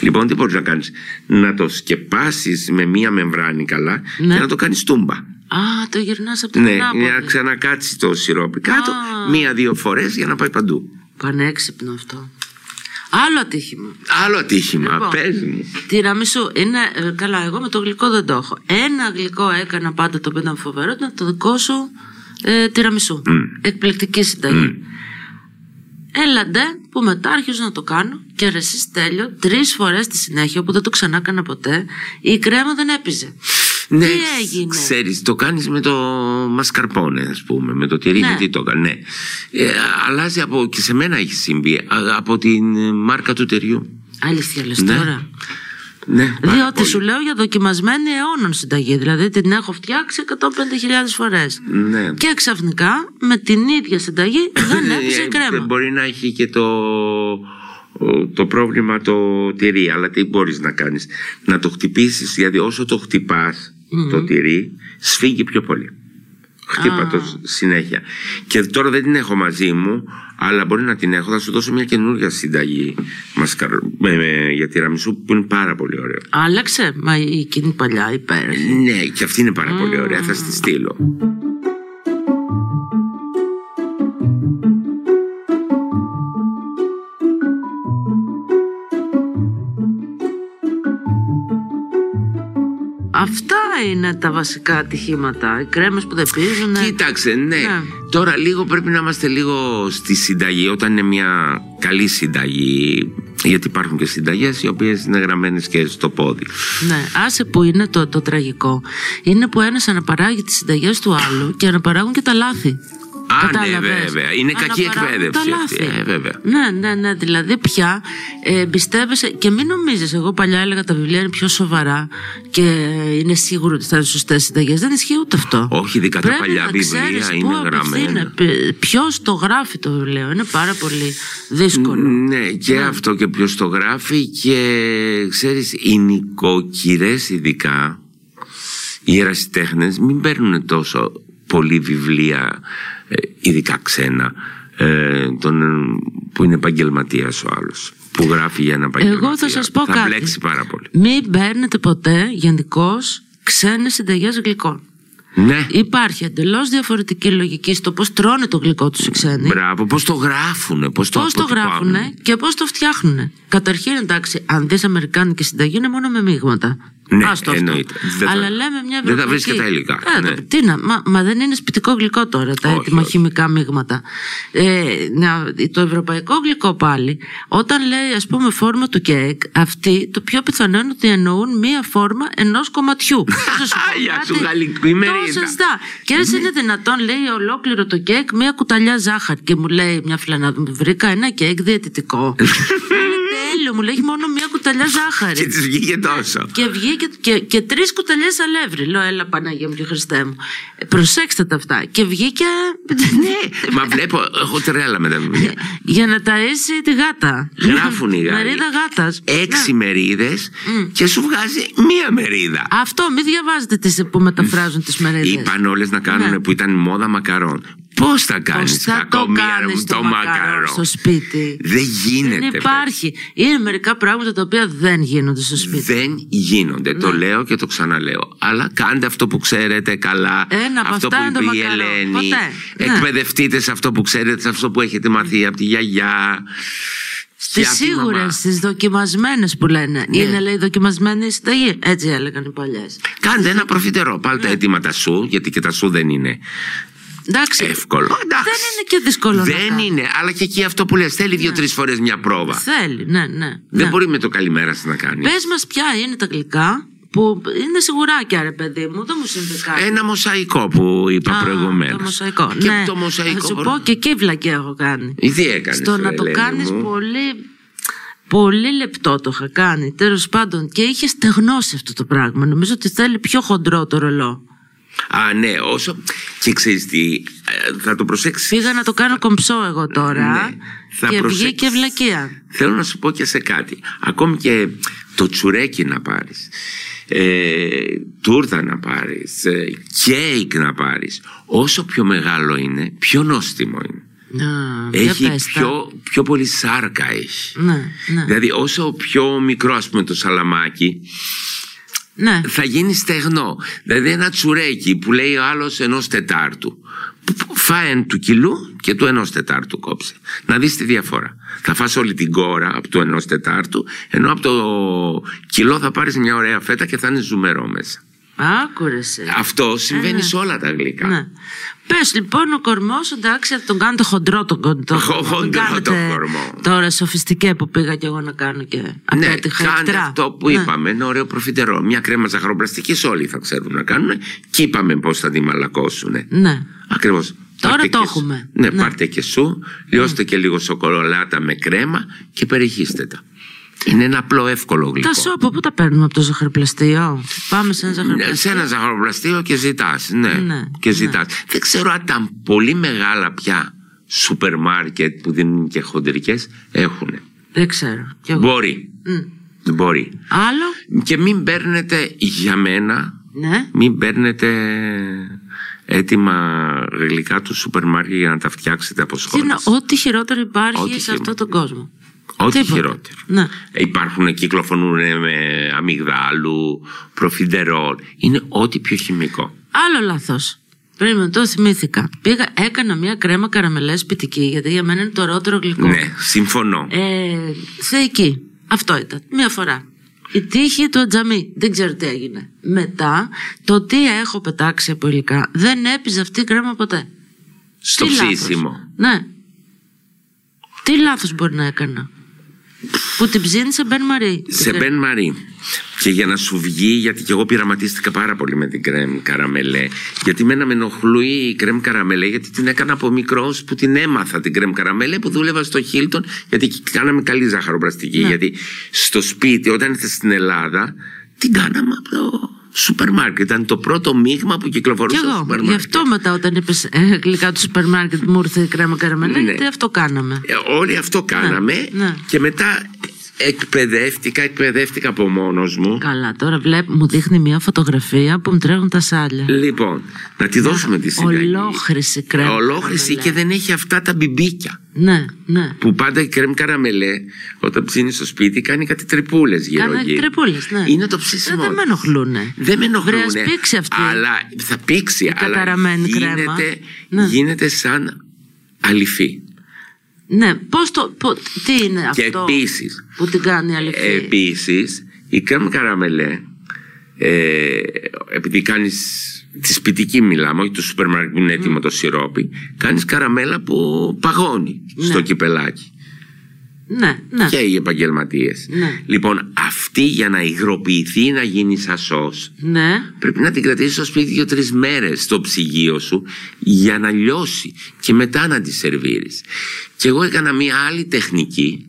D: Λοιπόν, τι μπορείς να κάνεις, Να το σκεπάσεις με μία μεμβράνη καλά
C: Ναι.
D: και να το κάνεις τούμπα.
C: Α, το γυρνάς από την
D: Ναι,
C: Νάπολη.
D: για να ξανακάτσει το σιρόπι κάτω
C: Α.
D: μία-δύο φορές για να πάει παντού.
C: Πανέξυπνο αυτό. Άλλο ατύχημα.
D: Άλλο ατύχημα,
C: Λοιπόν.
D: πες μου.
C: Τυραμισού είναι. ε, καλά, εγώ με το γλυκό δεν το έχω. Ένα γλυκό έκανα πάντα το οποίο ήταν φοβερό, ήταν το δικό σου ε, τυραμισού.
D: Mm.
C: Εκπληκτική συνταγή. Έλαντε που μετά άρχιζα να το κάνω και ρε εσείς τέλειο τρεις φορές στη συνέχεια όπου δεν το ξανά έκανα ποτέ η κρέμα δεν έπιζε.
D: Ναι,
C: Τι έγινε?
D: ξέρεις, το κάνεις με το μασκαρπόνε, ας πούμε, με το τυρί,
C: Ναι.
D: με τι το έκανε. Ναι. Ε, αλλάζει από, και σε μένα έχει συμβεί, α- από την ε, μάρκα του τυριού.
C: Αλήθεια λες
D: Ναι.
C: τώρα.
D: Ναι, πάρα
C: Διότι
D: πολύ.
C: σου λέω για δοκιμασμένη αιώνων συνταγή. Δηλαδή την έχω φτιάξει 150.000 φορές.
D: Ναι.
C: Και ξαφνικά με την ίδια συνταγή δεν έπιζε η κρέμα.
D: Ε, Μπορεί να έχει και το, το πρόβλημα το τυρί, αλλά τι μπορείς να κάνεις. Να το χτυπήσεις, γιατί όσο το χτυπάς το τυρί, σφίγγει πιο πολύ. Χτύπα το σ- συνέχεια. Και τώρα δεν την έχω μαζί μου, αλλά μπορεί να την έχω. Θα σου δώσω μια καινούργια συνταγή μασκαρ... με, με- για τυραμισού που είναι πάρα πολύ ωραίο.
C: Άλλαξε, μα η- εκείνη η παλιά υπέροχη.
D: Ναι, και αυτή είναι πάρα πολύ ωραία. Θα στη στείλω.
C: Αυτά είναι τα βασικά ατυχήματα. Οι κρέμες που δεν πίζουν.
D: Κοίταξε, ναι.
C: Ναι.
D: Τώρα λίγο πρέπει να είμαστε λίγο στη συνταγή. Όταν είναι μια καλή συνταγή, γιατί υπάρχουν και συνταγές οι οποίες είναι γραμμένες και στο πόδι.
C: Ναι, άσε που είναι το, το τραγικό. Είναι που ένας αναπαράγει τις συνταγές του άλλου και αναπαράγουν και τα λάθη.
D: Α,
C: Κατάλαβες.
D: ναι, βέβαια. Είναι κακή
C: Αναπαράγουν
D: εκπαίδευση
C: τα
D: αυτή.
C: λάθη.
D: Ε, βέβαια.
C: Ναι, ναι, ναι. Δηλαδή πια ε, εμπιστεύεσαι και μην νομίζεις. Εγώ παλιά έλεγα τα βιβλία είναι πιο σοβαρά και είναι σίγουρο ότι θα είναι σωστές συνταγές. Δεν ισχύει ούτε αυτό.
D: Όχι, ειδικά τα
C: Πρέπει
D: παλιά
C: να
D: βιβλία
C: ξέρεις
D: είναι
C: πού
D: γραμμένα.
C: απευθύνεται, Ποιος το γράφει το βιβλίο. Είναι πάρα πολύ δύσκολο.
D: Ναι, και αυτό και ποιος το γράφει. Και ξέρεις, οι νοικοκυρές ειδικά, οι ερασιτέχνες, μην παίρνουν τόσο πολύ βιβλία, ε, ειδικά ξένα, ε, τον, ε, που είναι επαγγελματίας ο άλλος. Που γράφει για ένα επαγγελματία.
C: Εγώ θα σας πω
D: θα
C: κάτι.
D: μπλέξει πάρα πολύ.
C: Μην παίρνετε ποτέ γενικώς ξένες συνταγές γλυκών.
D: Ναι.
C: Υπάρχει εντελώς διαφορετική λογική στο πώς τρώνε το γλυκό τους οι ξένοι.
D: Μπράβο, πώς το γράφουνε, πώς το
C: Πώς το
D: αποτυπώνουν.
C: γράφουν και πώς το φτιάχνουν. Καταρχήν, εντάξει, αν δεις Αμερικάνικη συνταγή είναι μόνο με μείγματα.
D: Ναι,
C: Άστο αυτό.
D: εννοείται. Δεν θα-
C: Αλλά λέμε μια
D: δεν θα βρεις
C: βρεις
D: και τα υλικά. Ναι.
C: τι να, μα, μα δεν είναι σπιτικό γλυκό τώρα τα
D: Όχι,
C: έτοιμα
D: όχι.
C: χημικά μείγματα. Ε, να- το ευρωπαϊκό γλυκό πάλι, όταν λέει ας πούμε φόρμα του κέικ, αυτοί το πιο πιθανό είναι ότι εννοούν μία φόρμα ενός κομματιού. Θα σου πω
D: Γεια σου,
C: κάτι
D: γαλλική ημερίδα.
C: τόσο ζητά. Και έτσι είναι δυνατόν, λέει ολόκληρο το κέικ, μία κουταλιά ζάχαρη. Και μου λέει μια φιλανάδα μου, βρήκα ένα κέικ διαιτητικό. Λέει, Τέλειο, μου λέει, έχει μόνο μία κουταλιά ζάχαρη.
D: Και της βγήκε τόσο.
C: Και βγήκε και, και τρεις κουταλιές αλεύρι. Λέω, έλα Παναγία μου και Χριστέ μου. Ε, Προσέξτε τα αυτά. Και βγήκε.
D: Ναι, μα βλέπω, έχω τρέλα με τα βιβλία.
C: για να ταΐσει τη γάτα.
D: Γράφουν οι Γάλλοι.
C: Μερίδα Ναι. γάτας.
D: Έξι μερίδε και σου βγάζει μία μερίδα.
C: Αυτό, μην διαβάζετε τις που μεταφράζουν τις μερίδες.
D: Είπαν όλες να κάνουν
C: Ναι.
D: που ήταν μόδα μακαρόν. Πώς θα κάνεις
C: θα το κάνεις το μακαρόν στο σπίτι.
D: Δεν γίνεται.
C: Δεν
D: παιδί.
C: υπάρχει. Είναι μερικά πράγματα τα οποία δεν γίνονται στο σπίτι. Ναι.
D: Δεν γίνονται. Το λέω και το ξαναλέω. Αλλά κάντε αυτό που ξέρετε καλά.
C: Ένα από
D: αυτό
C: αυτά
D: που
C: είναι το
D: είπε η
C: μακαρόν.
D: Ελένη.
C: Ποτέ. Ναι.
D: Εκπαιδευτείτε σε αυτό που ξέρετε, σε αυτό που έχετε μαθεί από τη γιαγιά.
C: Στις
D: και από τη
C: σίγουρε,
D: μαμά. Ναι.
C: στις δοκιμασμένες που λένε. Είναι, λέει, δοκιμασμένη η συνταγή. Έτσι έλεγαν οι παλιές.
D: Κάντε ένα προφιτερό. Πάλι
C: Ναι.
D: τα αίτημα τα σου, γιατί και τα σου δεν είναι
C: Εντάξει.
D: εύκολο. Εντάξει.
C: Δεν είναι και δύσκολο να
D: Δεν
C: κάνεις.
D: είναι, αλλά και εκεί αυτό που λες, θέλει δύο-τρει φορές μια πρόβα.
C: Θέλει, ναι, ναι.
D: Δεν
C: ναι.
D: μπορεί με το καλημέρα σας να κάνει.
C: Πες μας, ποια είναι τα γλυκά που είναι σιγουράκια, ρε παιδί μου, δεν μου συμβεί κάτι.
D: Ένα μοσαϊκό που είπα
C: Α,
D: προηγουμένω.
C: Το μοσαϊκό.
D: Και
C: ναι.
D: το μοσαϊκό.
C: Θα σου
D: μπορεί-
C: πω και εκεί βλακία έχω κάνει.
D: Ε, Τι έκανες.
C: Στο να το κάνεις πολύ. Πολύ λεπτό το είχα κάνει, τέλος πάντων. Και είχε στεγνώσει αυτό το πράγμα. Νομίζω ότι θέλει πιο χοντρό το ρολό.
D: Α, ναι, όσο. Και ξέρεις τι, ε, θα το προσέξεις.
C: Πήγα να το κάνω κομψό εγώ τώρα.
D: Ναι, θα
C: και
D: προσέξεις.
C: βγήκε βλακεία.
D: Θέλω να σου πω και σε κάτι. Ακόμη και το τσουρέκι να πάρεις, ε, τούρτα να πάρεις, ε, κέικ να πάρεις. Όσο πιο μεγάλο είναι, πιο νόστιμο είναι.
C: Να, για
D: Έχει
C: πες τα.
D: πιο, πιο πολύ σάρκα έχει.
C: Ναι, ναι.
D: Δηλαδή όσο πιο μικρό ας πούμε το σαλαμάκι
C: ναι.
D: θα γίνει στεγνό. Δηλαδή ένα τσουρέκι που λέει ο άλλος ενός τετάρτου. Φάεν του κιλού και του ενός τετάρτου κόψε. Να δεις τη διαφορά. Θα φας όλη την κόρα από το ενός τετάρτου ενώ από το κιλό θα πάρεις μια ωραία φέτα και θα είναι ζουμερό μέσα.
C: Άκουρεσαι.
D: Αυτό συμβαίνει
C: ναι.
D: σε όλα τα γλυκά.
C: ε. Ναι. Πες λοιπόν ο κορμός, εντάξει, θα τον κάνετε χοντρό τον κορμό.
D: Χο- χοντρό τον κορμό.
C: Τώρα σοφιστικέ που πήγα κι εγώ να κάνω και
D: Ναι,
C: απέτυχα
D: κάντε
C: εκτρά.
D: αυτό που
C: Ναι.
D: είπαμε. Ένα ωραίο προφιτερό. Μια κρέμα ζαχαροπλαστικής όλοι θα ξέρουν να κάνουν και είπαμε πώς θα τη μαλακώσουν.
C: Ναι.
D: Ακριβώς.
C: Τώρα το έχουμε.
D: Ναι,
C: Ναι.
D: πάρτε και σου, λιώστε και λίγο σοκολάτα με κρέμα και περιχύστε τα. Είναι ένα απλό, εύκολο γλυκό.
C: Τα σώπα, πού τα παίρνουμε από το ζαχαροπλαστείο. Πάμε σε ένα
D: Ναι,
C: ζαχαροπλαστείο.
D: Σε ένα ζαχαροπλαστείο και ζητάς. Ναι,
C: Ναι,
D: και ζητάς. Δεν ξέρω αν τα πολύ μεγάλα πια σούπερ μάρκετ που δίνουν και χοντρικές έχουν.
C: Δεν ξέρω. Κι εγώ.
D: Μπορεί.
C: Μμ.
D: Μπορεί.
C: Άλλο.
D: Και μην παίρνετε για μένα
C: Ναι.
D: μην παίρνετε έτοιμα γλυκά του σούπερ μάρκετ για να τα φτιάξετε από
C: Τι είναι,
D: σχόλες.
C: ό,τι χειρότερο υπάρχει
D: Ό,τι
C: σε
D: χειρότερο.
C: αυτόν τον κόσμο.
D: Ό,τι
C: Τίποτα.
D: χειρότερο.
C: Ναι.
D: Υπάρχουν, κυκλοφωνούν με αμυγδάλου, προφιντερόλ. Είναι ό,τι πιο χημικό.
C: Άλλο λάθος. Πριν με το θυμήθηκα. Πήγα, έκανα μια κρέμα καραμελές σπιτική, γιατί για μένα είναι το ρότερο γλυκό.
D: Ναι, συμφωνώ.
C: Ε, θεϊκή. Αυτό ήταν. Μία φορά. Η τύχη του Ατζαμί. Δεν ξέρω τι έγινε. Μετά, το τι έχω πετάξει από υλικά. Δεν έπιζε αυτή η κρέμα ποτέ.
D: Στο
C: τι λάθος.
D: ψήσιμο.
C: Ναι. Τι λάθος μπορεί να έκανα. Που την ψήνεις σε Μπεν Μαρί.
D: Σε Μπεν Μαρί. Και για να σου βγει, γιατί και εγώ πειραματίστηκα πάρα πολύ με την κρέμ καραμελέ. Γιατί μένα με ενοχλούει η κρέμ καραμελέ, γιατί την έκανα από μικρός που την έμαθα την κρέμ καραμελέ που δούλευα στο Χίλτον. Γιατί εκεί κάναμε καλή ζαχαροπλαστική.
C: Ναι.
D: Γιατί στο σπίτι, όταν ήρθε στην Ελλάδα, την κάναμε από το σούπερ μάρκετ. Ήταν το πρώτο μείγμα που
C: Κι
D: κυκλοφορούσε στο
C: εγώ.
D: σούπερ
C: Γι'
D: μάρκετ.
C: αυτό μετά όταν είπε γλυκά του σούπερ μάρκετ μου ήρθε η κρέμα καραμελέ.
D: Ναι.
C: Γιατί αυτό κάναμε.
D: Ε, Όλοι αυτό κάναμε
C: ναι.
D: και μετά εκπαιδεύτηκα, εκπαιδεύτηκα από μόνος μου.
C: Καλά, τώρα βλέπ, μου δείχνει μια φωτογραφία που μου τρέχουν τα σάλια.
D: Λοιπόν, να τη δώσουμε τη συνταγή.
C: Ολόχρηση κρέμα.
D: Ολόχρηση και δεν έχει αυτά τα μπιμπίκια.
C: Ναι, ναι.
D: Που πάντα η κρέμ καραμελέ, όταν ψήνεις στο σπίτι, κάνει κάτι τρυπούλες γύρω
C: Κάνα
D: γύρω.
C: τρεπούλες, ναι.
D: Είναι το ψήσιμο.
C: Ε, δεν με ενοχλούνε.
D: Δεν με ενοχλούνε.
C: Βρε, ας πήξει αυτή.
D: Αλλά θα πήξει.
C: Η
D: αλλά
C: καταραμένη κρέμα.
D: γίνεται,
C: Ναι.
D: γίνεται σαν αληθή.
C: Ναι, πώς το. πο- τι είναι
D: Και
C: αυτό
D: επίσης- Ε,
C: που την κάνει αληθή.
D: Επίσης, η κρέμ καραμελέ, ε, επειδή κάνεις τη σπιτική μιλάμε, όχι του σούπερ μάρκετ που είναι έτοιμο το σιρόπι, κάνεις καραμέλα που παγώνει στο
C: Ναι.
D: κυπελάκι.
C: Ναι, ναι.
D: και οι επαγγελματίες.
C: Ναι.
D: Λοιπόν, αυτή για να υγροποιηθεί ή να γίνει σασός,
C: Ναι.
D: πρέπει να την κρατήσεις στο σπίτι δύο-τρει μέρες στο ψυγείο σου για να λιώσει και μετά να τη σερβίρεις. Και εγώ έκανα μία άλλη τεχνική,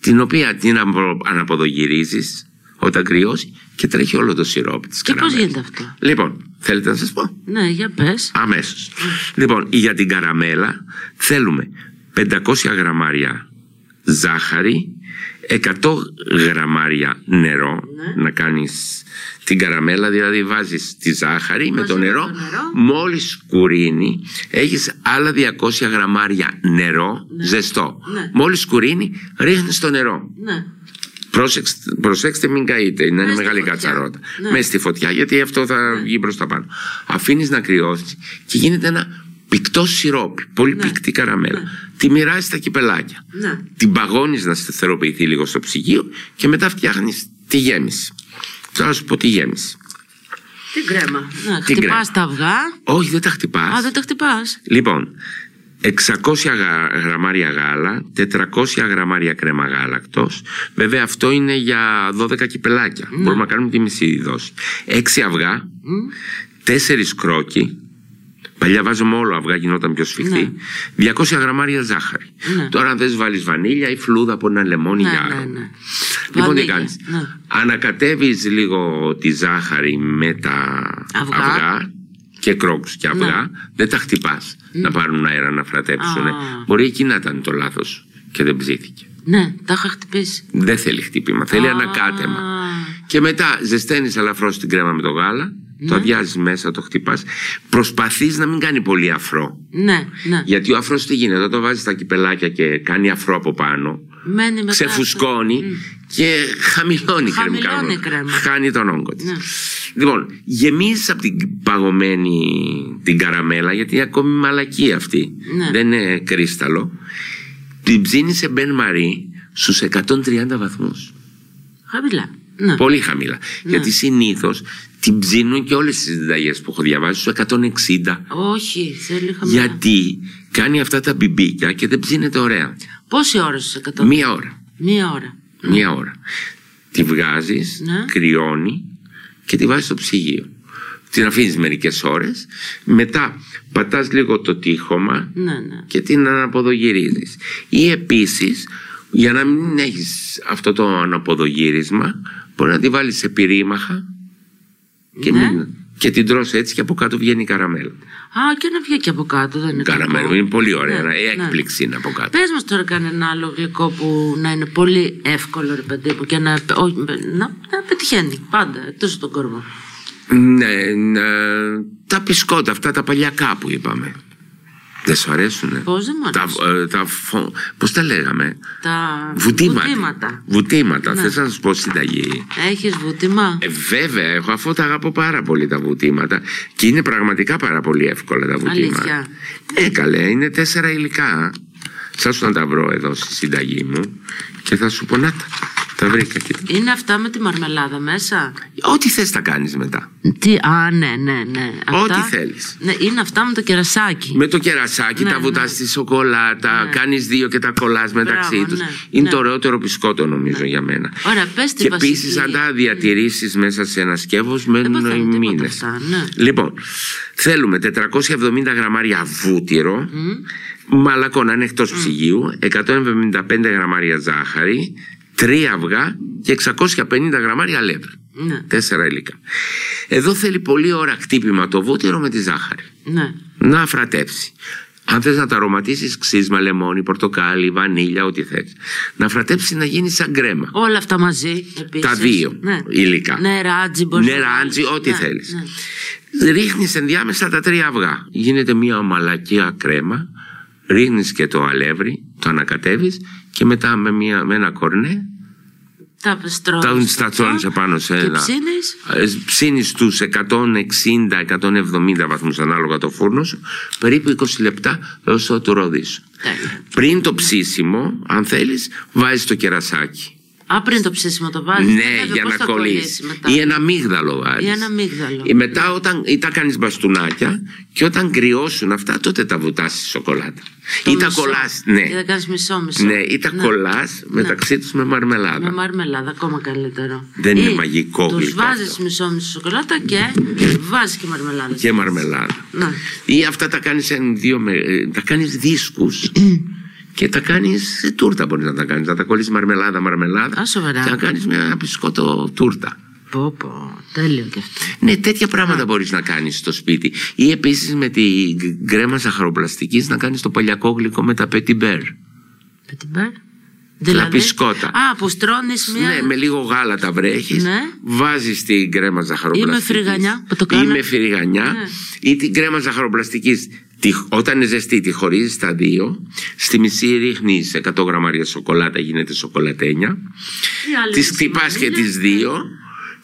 D: την οποία την αμπρο- αναποδογυρίζεις όταν κρυώσει και τρέχει όλο το σιρόπι της
C: Και πώς γίνεται αυτό.
D: Λοιπόν, θέλετε να σας πω.
C: Ναι, για πες.
D: Αμέσως. Λοιπόν, για την καραμέλα θέλουμε 500 γραμμάρια ζάχαρη, 100 γραμμάρια νερό.
C: Ναι.
D: Να κάνεις την καραμέλα, δηλαδή βάζεις τη ζάχαρη με
C: Μαζί
D: το
C: με
D: νερό.
C: το νερό.
D: Μόλις σκουρίνει, έχεις άλλα 200 γραμμάρια νερό ζεστό.
C: Ναι.
D: Μόλις σκουρίνει, ρίχνεις το νερό.
C: Ναι.
D: Προσέξτε, προσέξτε μην καείτε, είναι
C: Μες στη
D: μεγάλη
C: φωτιά.
D: κατσαρότα.
C: Ναι.
D: Μες στη φωτιά, γιατί αυτό θα βγει προ τα πάνω. Αφήνεις να κρυώσει και γίνεται ένα πικτό σιρόπι, πολύ πυκτή καραμέλα. Τη μοιράζεις στα κυπελάκια.
C: Ναι.
D: Την παγώνεις να σταθεροποιηθεί λίγο στο ψυγείο και μετά φτιάχνεις τη γέμιση. Τώρα σου πω τη γέμιση.
C: Την κρέμα. Ναι,
D: Την κρέμα.
C: χτυπάς τα αυγά.
D: Όχι, δεν τα χτυπάς.
C: Α, δεν τα χτυπάς.
D: Λοιπόν, 600 γα- γραμμάρια γάλα, 400 γραμμάρια κρέμα γάλακτος. Βέβαια αυτό είναι για 12 κυπελάκια.
C: Ναι.
D: Μπορούμε να κάνουμε τη μισή δόση. 6 αυγά, 4 κρόκοι. Παλιά βάζουμε όλο αυγά, γινόταν πιο σφιχτή. 200 γραμμάρια ζάχαρη.
C: Ναι.
D: Τώρα, αν δεν βάλεις βανίλια ή φλούδα από ένα λεμόνι
C: Ναι,
D: για
C: ναι,
D: άρωμα.
C: ναι.
D: Λοιπόν, τι
C: Βανίλια,
D: κάνεις.
C: ναι.
D: Ανακατεύεις λίγο τη ζάχαρη με τα
C: Αυγά. Ναι.
D: αυγά, και κρόκους και αυγά. Δεν τα χτυπάς να πάρουν αέρα να φρατέψουν.
C: Α.
D: Μπορεί εκεί να ήταν το λάθος σου και δεν ψήθηκε.
C: Ναι, τα είχα χτυπήσει.
D: Δεν θέλει χτύπημα, θέλει
C: Α.
D: ανακάτεμα. Και μετά ζεσταίνεις αλαφρώς την κρέμα με το γάλα,
C: Ναι.
D: το αδειάζεις μέσα, το χτυπάς. Προσπαθείς να μην κάνει πολύ αφρό.
C: Ναι, ναι.
D: Γιατί ο αφρός τι γίνεται, όταν το βάζεις στα κυπελάκια και κάνει αφρό από πάνω,
C: Μένει μετά.
D: ξεφουσκώνει και χαμηλώνει, η κρέμα.
C: Χαμηλώνει η κρέμα.
D: Χάνει τον όγκο της.
C: Ναι.
D: Λοιπόν, γεμίζεις από την παγωμένη την καραμέλα, γιατί είναι ακόμη μαλακή αυτή.
C: Ναι.
D: Δεν είναι κρίσταλο. Την ψήνει σε μπεν μαρί στους 130 βαθμούς.
C: Χαμηλά. Ναι.
D: Πολύ χαμηλά. Γιατί συνήθως την ψήνουν και όλες τις συνταγές που έχω διαβάσει στους 160.
C: Όχι, θέλει χαμηλά.
D: Γιατί κάνει αυτά τα μπιμπίκια και δεν ψήνεται ωραία.
C: Πόση ώρα στους 100.
D: Μία ώρα.
C: Μία ώρα.
D: Μία ώρα. Τη βγάζεις,
C: Ναι.
D: κρυώνει και τη βάζεις στο ψυγείο. Την αφήνεις μερικές ώρες. Μετά πατάς λίγο το τείχομα
C: Ναι, ναι.
D: και την αναποδογυρίζεις. Ή επίσης, για να μην έχεις αυτό το αναποδογύρισμα, μπορεί να τη βάλεις σε πυρήμαχα και,
C: Ναι.
D: μην- και την τρως έτσι και από κάτω βγαίνει η καραμέλα.
C: Α, και να βγει και από κάτω, δεν είναι
D: Καραμέλα
C: κακό.
D: είναι πολύ ωραία,
C: Ναι,
D: ναι,
C: ναι.
D: έκπληξη είναι από κάτω.
C: Πες μας τώρα κανένα άλλο γλυκό που να είναι πολύ εύκολο ρε παιδί μου και να, όχι, να, να πετυχαίνει πάντα εκτός από τον κορμό.
D: Ναι, ναι, τα πισκότα αυτά τα παλιακά που είπαμε. Δεν σου αρέσουνε.
C: Πώς δεν μου αρέσουν.
D: Τα, ε, τα φω- πώς τα λέγαμε.
C: Τα
D: Βουτήματα.
C: βουτήματα.
D: Βουτήματα.
C: Ναι.
D: Θες να σου πω συνταγή.
C: Έχεις βουτήμα.
D: Ε, βέβαια, έχω, αφού τα αγαπώ πάρα πολύ τα βουτήματα και είναι πραγματικά πάρα πολύ εύκολα τα βουτήματα.
C: Αλήθεια.
D: Ναι, καλέ, είναι τέσσερα υλικά. Θα σου να τα βρω εδώ στη συνταγή μου και θα σου πω να τα. Τα βρήκα και.
C: Είναι αυτά με τη μαρμελάδα μέσα.
D: Ό,τι θες τα κάνεις μετά.
C: Τι, α, ναι, ναι, ναι.
D: Ό,τι θέλεις.
C: Ναι, είναι αυτά με το κερασάκι.
D: Με το κερασάκι
C: Ναι,
D: τα βουτά
C: ναι.
D: στη σοκολάτα,
C: Ναι.
D: κάνεις δύο και τα κολλάς μεταξύ
C: Μπράβο,
D: τους.
C: ναι,
D: Είναι
C: ναι.
D: το ωραιότερο πισκότο νομίζω για μένα.
C: Ωραία, πες τη
D: Και
C: βασική.
D: επίση, αν τα διατηρήσεις μέσα σε ένα σκεύος, μένουν
C: παθαίνουν
D: οι
C: τίποτα
D: μήνε.
C: αυτά, ναι.
D: Λοιπόν, θέλουμε 470 γραμμάρια βούτυρο, μαλακό να είναι εκτός ψυγείου, 175 γραμμάρια ζάχαρη, τρία αυγά και 650 γραμμάρια αλεύρι.
C: Ναι,
D: Τέσσερα υλικά. Εδώ θέλει πολύ ώρα χτύπημα το βούτυρο με τη ζάχαρη
C: ναι.
D: να φρατέψει. Αν θες να τα αρωματίσεις ξύσμα, λεμόνι, πορτοκάλι, βανίλια, ό,τι θες. Να φρατέψει να γίνει σαν κρέμα.
C: Όλα αυτά μαζί επίσης.
D: Τα δύο
C: ναι.
D: υλικά.
C: Ναι, ράτζι μπορείς να
D: Νερά,
C: βάλεις.
D: άντζι, ό,τι
C: Ναι,
D: θέλεις.
C: ναι.
D: Ρίχνεις ενδιάμεσα τα τρία αυγά. Γίνεται μια μαλακία κρέμα. Ρίχνεις και το αλεύρι. το ανακατεύεις και μετά με, μια, με ένα κορνέ
C: Τα
D: τα
C: στρώνεις.
D: στατσώνεις επάνω σε
C: Και
D: ένα...
C: ψήνεις.
D: Ε, Ψήνεις τους 160-170 βαθμούς ανάλογα το φούρνος σου, περίπου 20 λεπτά έως το του ροδίσου.
C: Τέλεια.
D: Πριν το ψήσιμο, αν θέλεις, βάζεις το κερασάκι.
C: Α, πριν το ψήσιμο το βάζεις.
D: Ναι,
C: Βέβαια,
D: για
C: πώς
D: να
C: θα
D: κολλήσεις.
C: μετά.
D: Ή ένα μίγδαλο βάζει.
C: Ή ένα αμύγδαλο.
D: Μετά, όταν, ή τα κάνεις μπαστούνάκια και όταν κρυώσουν αυτά, τότε τα βουτάς στη σοκολάτα.
C: Το
D: ή τα
C: μισό.
D: κολλάς. Ναι.
C: Ή θα κάνεις μισό-μισό.
D: ναι, ή τα κολλάς μεταξύ τους με μαρμελάδα.
C: Ναι. Με μαρμελάδα, ακόμα καλύτερο.
D: Δεν είναι μαγικό
C: Τους
D: γλυκό
C: βάζεις
D: αυτό.
C: μισό-μισό σοκολάτα και βάζεις και μαρμελάδα.
D: Και μαρμελάδα.
C: Ναι.
D: Ή αυτά τα κάνεις εν δύο, με- ε, τα κάνεις δίσκους και τα κάνεις ε, τούρτα μπορείς να τα κάνεις. Να τα κολλήσεις μαρμελάδα, μαρμελάδα
C: Α, σοβαρά.
D: και να κάνεις μια, ένα μπισκότο τούρτα.
C: Πω, πω, τέλειο και αυτό.
D: Ναι, τέτοια πράγματα μπορείς να κάνεις στο σπίτι. Ή επίσης με τη γκ- γκρέμα σαχαροπλαστικής να κάνεις το παλιακό γλυκό με τα petit beurre.
C: Πετιμπέρ.
D: Λαπισκότα.
C: Δηλαδή- Α, που στρώνεις μια.
D: Ναι, με λίγο γάλα τα βρέχεις,
C: Ναι.
D: βάζεις την γκρέμα ζαχαροπλαστικής.
C: Ή με φρυγανιά, που το
D: Ή
C: κάνουν.
D: με φρυγανιά.
C: Ναι.
D: Ή την γκρέμα ζαχαροπλαστικής. Τη, όταν είναι ζεστή, τη χωρίζεις στα δύο. Στη μισή ρίχνεις 100 γραμμάρια σοκολάτα, γίνεται σοκολατένια.
C: Η άλλη
D: Τις
C: με
D: χτυπάς και
C: βανίλια. Ναι.
D: τις δύο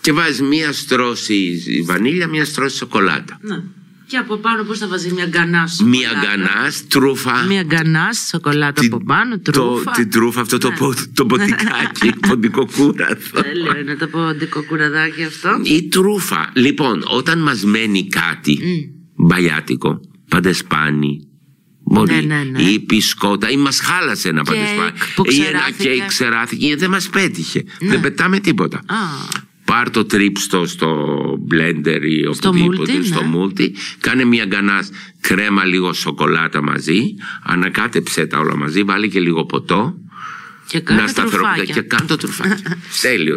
D: και βάζεις μία στρώση βανίλια, μία στρώση σοκολάτα.
C: Ναι. Και από πάνω πώς θα βάζεις μια γκανάς
D: Μία γκανάς, τρούφα.
C: Μια γκανάς σοκολάτα
D: την-
C: από πάνω,
D: το-
C: τρούφα.
D: Την τρούφα, αυτό το,
C: Ναι.
D: πο, το ποτικάκι, ποντικό κούραθο.
C: Τέλειο είναι το ποντικό κουραδάκι αυτό.
D: Η τρούφα. Λοιπόν, όταν μας μένει κάτι μπαλιάτικο, παντεσπάνι, μπορεί,
C: Ναι, ναι, ναι.
D: ή πισκότα, ή μας χάλασε ένα
C: Κέικ
D: παντεσπάνι,
C: που
D: ή ένα
C: ξεράθηκε.
D: κέικ ξεράθηκε, ή δεν μας πέτυχε. Δεν πετάμε τίποτα.
C: Α,
D: Πάρ το τρίψτο στο blender ή οπουδήποτε,
C: multi,
D: στο
C: ναι.
D: μούλτι. Κάνε μια γκανάς κρέμα, λίγο σοκολάτα μαζί. Ανακάτεψε τα όλα μαζί, βάλει και λίγο ποτό.
C: και κάνω
D: να σταθεροποιηθεί.
C: τρουφάκια.
D: Και κάνω το τουρφάκι. Τέλειο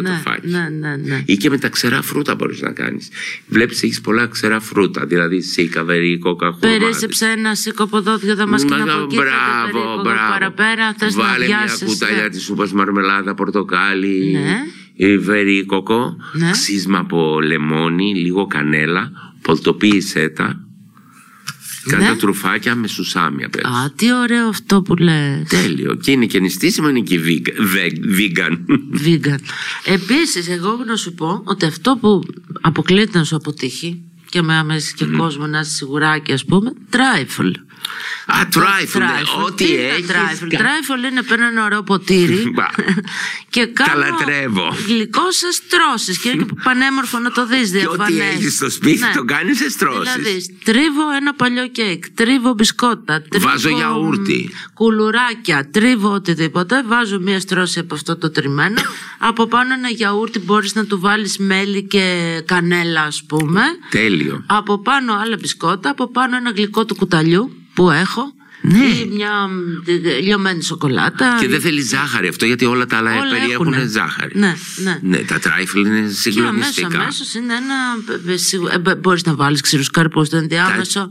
C: ναι,
D: τουρφάκι.
C: ναι, ναι, ναι.
D: Ή και με τα ξερά φρούτα μπορείς να κάνεις. Βλέπεις, έχεις πολλά ξερά φρούτα. Δηλαδή σίκα, βερίκο, καχούμα.
C: Περίσεψε ένα σίκο από εδώ, δύο δαμασκίνα από εκεί.
D: Μπράβο, μπράβο.
C: Παραπέρα, θες να
D: Βάλε μια
C: αδειάσεις, ναι.
D: κουταλιά της σούπας μαρμελάδα, πορτοκάλι,
C: Ναι.
D: ε, βερίκοκο,
C: Ναι.
D: ξύσμα από λεμόνι, λίγο κανέλα, πολτοποίησέ τα. Κάνε
C: Ναι.
D: τα τρουφάκια με σουσάμι απέναντι.
C: Α, τι ωραίο αυτό που λες.
D: Τέλειο. Και είναι και νηστίσιμο, είναι και βίγκα- βε- vegan.
C: Vegan. Επίσης, εγώ να σου πω ότι αυτό που αποκλείεται να σου αποτύχει και με αμέσω και κόσμο να είσαι σιγουράκι, ας πούμε, τράιφλ.
D: Α, τράιφλ. ναι. Ό,τι
C: Τι είναι
D: έχεις.
C: τράιφλ. Τράιφλ είναι παίρνω ένα ωραίο ποτήρι
D: Μπα.
C: και κάνω.
D: Τα λατρεύω.
C: Γλυκό σε στρώσεις και είναι και πανέμορφο να το Ναι. δεις
D: Και ό,τι έχεις στο σπίτι το κάνεις σε στρώσεις.
C: Δηλαδή, τρίβω ένα παλιό κέικ, τρίβω μπισκότα, τρίβω
D: Βάζω γιαούρτι.
C: μ, κουλουράκια, τρίβω οτιδήποτε, βάζω μία στρώση από αυτό το τριμμένο. από πάνω ένα γιαούρτι μπορείς να του βάλεις μέλι και κανέλα ας πούμε.
D: Τέλειο.
C: από πάνω άλλα μπισκότα, από πάνω ένα γλυκό του κουταλιού που έχω.
D: Ναι.
C: Ή μια μ, λιωμένη σοκολάτα.
D: Και δεν θέλεις ζάχαρη αυτό γιατί όλα τα άλλα
C: Όλα έχουνε.
D: περιέχουν ζάχαρη.
C: Ναι, ναι.
D: Ναι, τα τράιφλ είναι
C: Και αμέσω
D: συγκλονιστικά.
C: είναι ένα. ε, Μπορείς να βάλεις ξηρούς καρπούς στο ενδιάμεσο.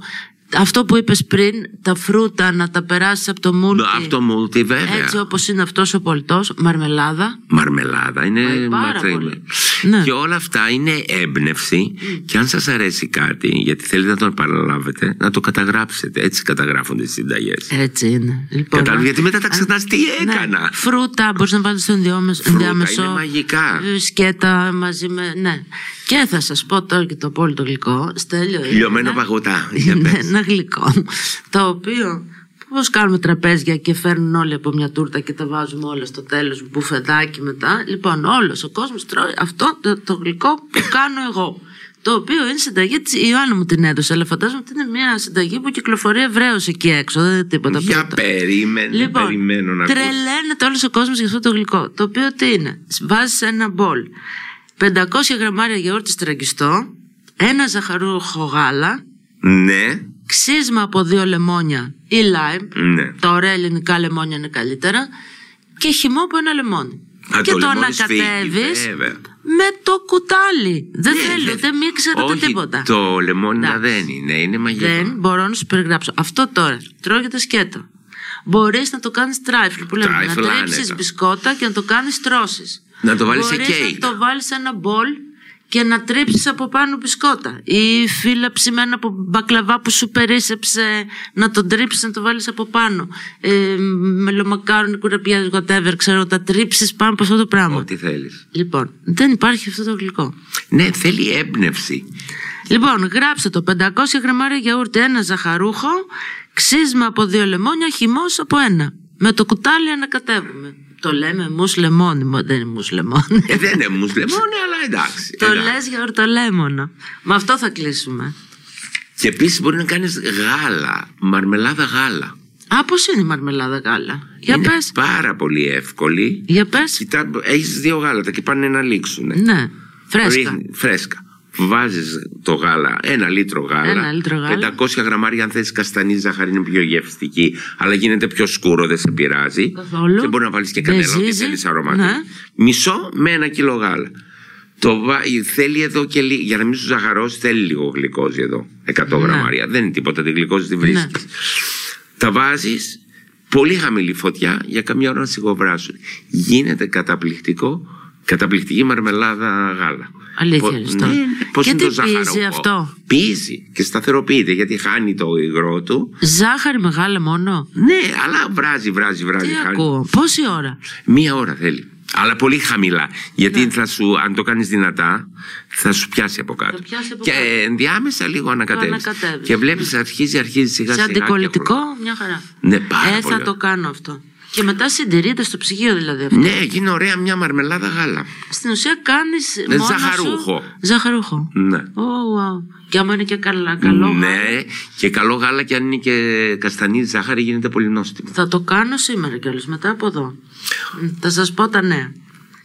C: Αυτό που είπες πριν, τα φρούτα να τα περάσεις από το μούλτι.
D: Από το μούλτι
C: Έτσι
D: βέβαια.
C: όπως είναι αυτός ο πολιτό, μαρμελάδα.
D: Μαρμελάδα είναι
C: Πάει πάρα
D: μακρύ.
C: πολύ. Ναι.
D: Και όλα αυτά είναι έμπνευση. Και αν σας αρέσει κάτι, γιατί θέλετε να το επαναλάβετε, να το καταγράψετε. Έτσι καταγράφονται οι συνταγές.
C: Έτσι είναι. Λοιπόν,
D: Κατάλαβες,
C: α-
D: γιατί μετά τα ξεχνάς, τι
C: ναι.
D: έκανα.
C: Φρούτα μπορείς να βάλεις στο ενδιάμεσο.
D: Φρούτα,
C: ενδιάμεσο,
D: είναι μαγικά.
C: ε, Σκέτα μαζί με. Ναι. Και θα σας πω τώρα και το απόλυτο γλυκό. Στέλιο. είναι
D: Λιωμένο
C: ένα-
D: παγωτά. για
C: Είναι
D: πες.
C: ένα γλυκό το οποίο πώς κάνουμε τραπέζια και φέρνουν όλοι από μια τούρτα και τα βάζουμε όλα στο τέλος μπουφεδάκι μετά. Λοιπόν, όλος ο κόσμος τρώει αυτό το, το γλυκό που κάνω εγώ. Το οποίο είναι συνταγή της η Ιωάννα μου την έδωσε, αλλά φαντάζομαι ότι είναι μια συνταγή που κυκλοφορεί ευρέως εκεί έξω, δεν είναι τίποτα
D: Για
C: πρώτο.
D: περίμενε,
C: Λοιπόν,
D: περιμένω να ακούσω.
C: τρελαίνεται όλος ο κόσμος για αυτό το γλυκό. Το οποίο τι είναι. Βάζεις ένα μπολ 500 γραμμάρια γιαούρτι στραγγιστό, ένα ζαχαρούχο γάλα,
D: Ναι,
C: ξύσμα από δύο λεμόνια ή λάιμ.
D: ναι.
C: Τα ωραία ελληνικά λεμόνια είναι καλύτερα. Και χυμό από ένα λεμόνι.
D: Α,
C: και το,
D: λεμόνι
C: ανακατεύει
D: σφίγγει, βέβαια.
C: με το κουτάλι. Δεν
D: Ναι,
C: θέλω,
D: δεν-
C: δεν μίξατε
D: Όχι,
C: τίποτα.
D: Το λεμόνι να
C: Εντάξει.
D: δεν είναι, είναι μαγικό.
C: Δεν μπορώ να σου περιγράψω. Αυτό τώρα. Τρώγεται σκέτο. Μπορείς να το κάνεις τράιφλ που λέμε.
D: Τράιφλ
C: να
D: άνετα.
C: τρίψεις μπισκότα και να το κάνεις τρώσεις.
D: ναι, Να το βάλεις σε
C: Μπορείς
D: κέικ.
C: να το βάλεις σε ένα μπολ και να τρέψεις από πάνω μπισκότα ή φύλλα ψημένα από μπακλαβά που σου περίσεψε να τον τρίψεις να το βάλεις από πάνω ε, μελομακάρονι, κουραπιάς, whatever ξέρω τα τρίψεις πάνω από αυτό το πράγμα
D: Ό,τι θέλεις.
C: λοιπόν δεν υπάρχει αυτό το γλυκό
D: Ναι, θέλει έμπνευση.
C: Λοιπόν, γράψτε το 500 γραμμάρια γιαούρτι, ένα ζαχαρούχο, ξύσμα από δύο λεμόνια, χυμός από ένα. Με το κουτάλι ανακατεύουμε. Το λέμε μου λεμόνι, μα δεν είναι μου λεμόνι.
D: Ε, δεν είναι μουσλεμόνι, αλλά εντάξει.
C: το
D: εντάξει.
C: λες γιαουρτολέμονο. Με αυτό θα κλείσουμε.
D: Και επίσης μπορεί να κάνεις γάλα, μαρμελάδα γάλα.
C: Α, πώς είναι η μαρμελάδα γάλα. Για
D: είναι
C: πες.
D: πάρα πολύ εύκολη.
C: Για πες.
D: Κοιτά, έχεις δύο γάλατα και πάνε να λήξουν.
C: Ναι, φρέσκα.
D: Ρίχνει- φρέσκα. Βάζεις το γάλα, ένα λίτρο γάλα.
C: Ένα λίτρο γάλα.
D: 500 γραμμάρια, αν θες καστανή ζάχαρη, είναι πιο γευστική, αλλά γίνεται πιο σκούρο, δεν σε πειράζει.
C: Καθόλου.
D: Και μπορεί να βάλεις και
C: Δεν
D: κανένα, ό,τι
C: ζύζεις.
D: θέλεις αρωματικό.
C: Ναι.
D: Μισό με ένα κιλό γάλα. Το βα- θέλει εδώ και λίγο, για να μην σου ζαχαρώσει, θέλει λίγο γλυκόζι εδώ. 100
C: Ναι.
D: γραμμάρια. Δεν είναι τίποτα, τη γλυκόζι τη βρίσκει. Τα βάζεις, πολύ χαμηλή φωτιά, για καμιά ώρα να σιγοβράσουν. Γίνεται καταπληκτικό, καταπληκτική μαρμελάδα γάλα.
C: Αλήθεια,
D: Πο-
C: Αριστοτέλη.
D: ναι, Πώς
C: Και
D: είναι
C: τι
D: το ζάχαρο.
C: πίζει αυτό?
D: Πίζει και σταθεροποιείται γιατί χάνει το υγρό του.
C: Ζάχαρη μεγάλα μόνο.
D: Ναι, αλλά βράζει, βράζει, βράζει.
C: Τι
D: χάνει.
C: ακούω. Πόση ώρα.
D: Μία ώρα θέλει. Αλλά πολύ χαμηλά. Γιατί θα σου, αν το κάνεις δυνατά, θα σου πιάσει από κάτω.
C: Ναι. Θα πιάσει από
D: και
C: κάτω.
D: ενδιάμεσα λίγο ανακατεύεις.
C: ανακατεύεις,
D: Και βλέπεις, αρχίζει, αρχίζει σιγά
C: Σε
D: σιγά. και χωράει.
C: αντικολλητικό, μια χαρά.
D: Ναι, πάρα
C: ε,
D: πολύ
C: θα
D: ωραία.
C: το κάνω αυτό. Και μετά συντηρείται στο ψυγείο δηλαδή αυτό.
D: Ναι, γίνει ωραία μια μαρμελάδα γάλα.
C: Στην ουσία κάνεις.
D: Ε, ζαχαρούχο.
C: Σου... Ζαχαρούχο.
D: Ναι.
C: Oh, wow. Και άμα είναι και καλά, καλό. γάλα.
D: Ναι, και καλό γάλα και αν είναι και καστανή ζάχαρη γίνεται πολύ νόστιμο.
C: Θα το κάνω σήμερα κιόλας μετά από εδώ. Μ, Θα σας πω τα νέα.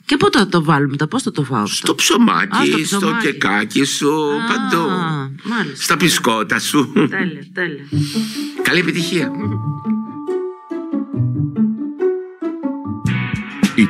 C: Και πότε θα το βάλουμε, τα πώς θα το φάω. αυτό?
D: Στο ψωμάκι,
C: Α, στο
D: στο,
C: ψωμάκι.
D: κεκάκι σου,
C: Α, Ναι.
D: παντού.
C: μάλιστα.
D: Στα πισκότα σου.
C: Τέλεια, τέλεια.
D: Καλή επιτυχία.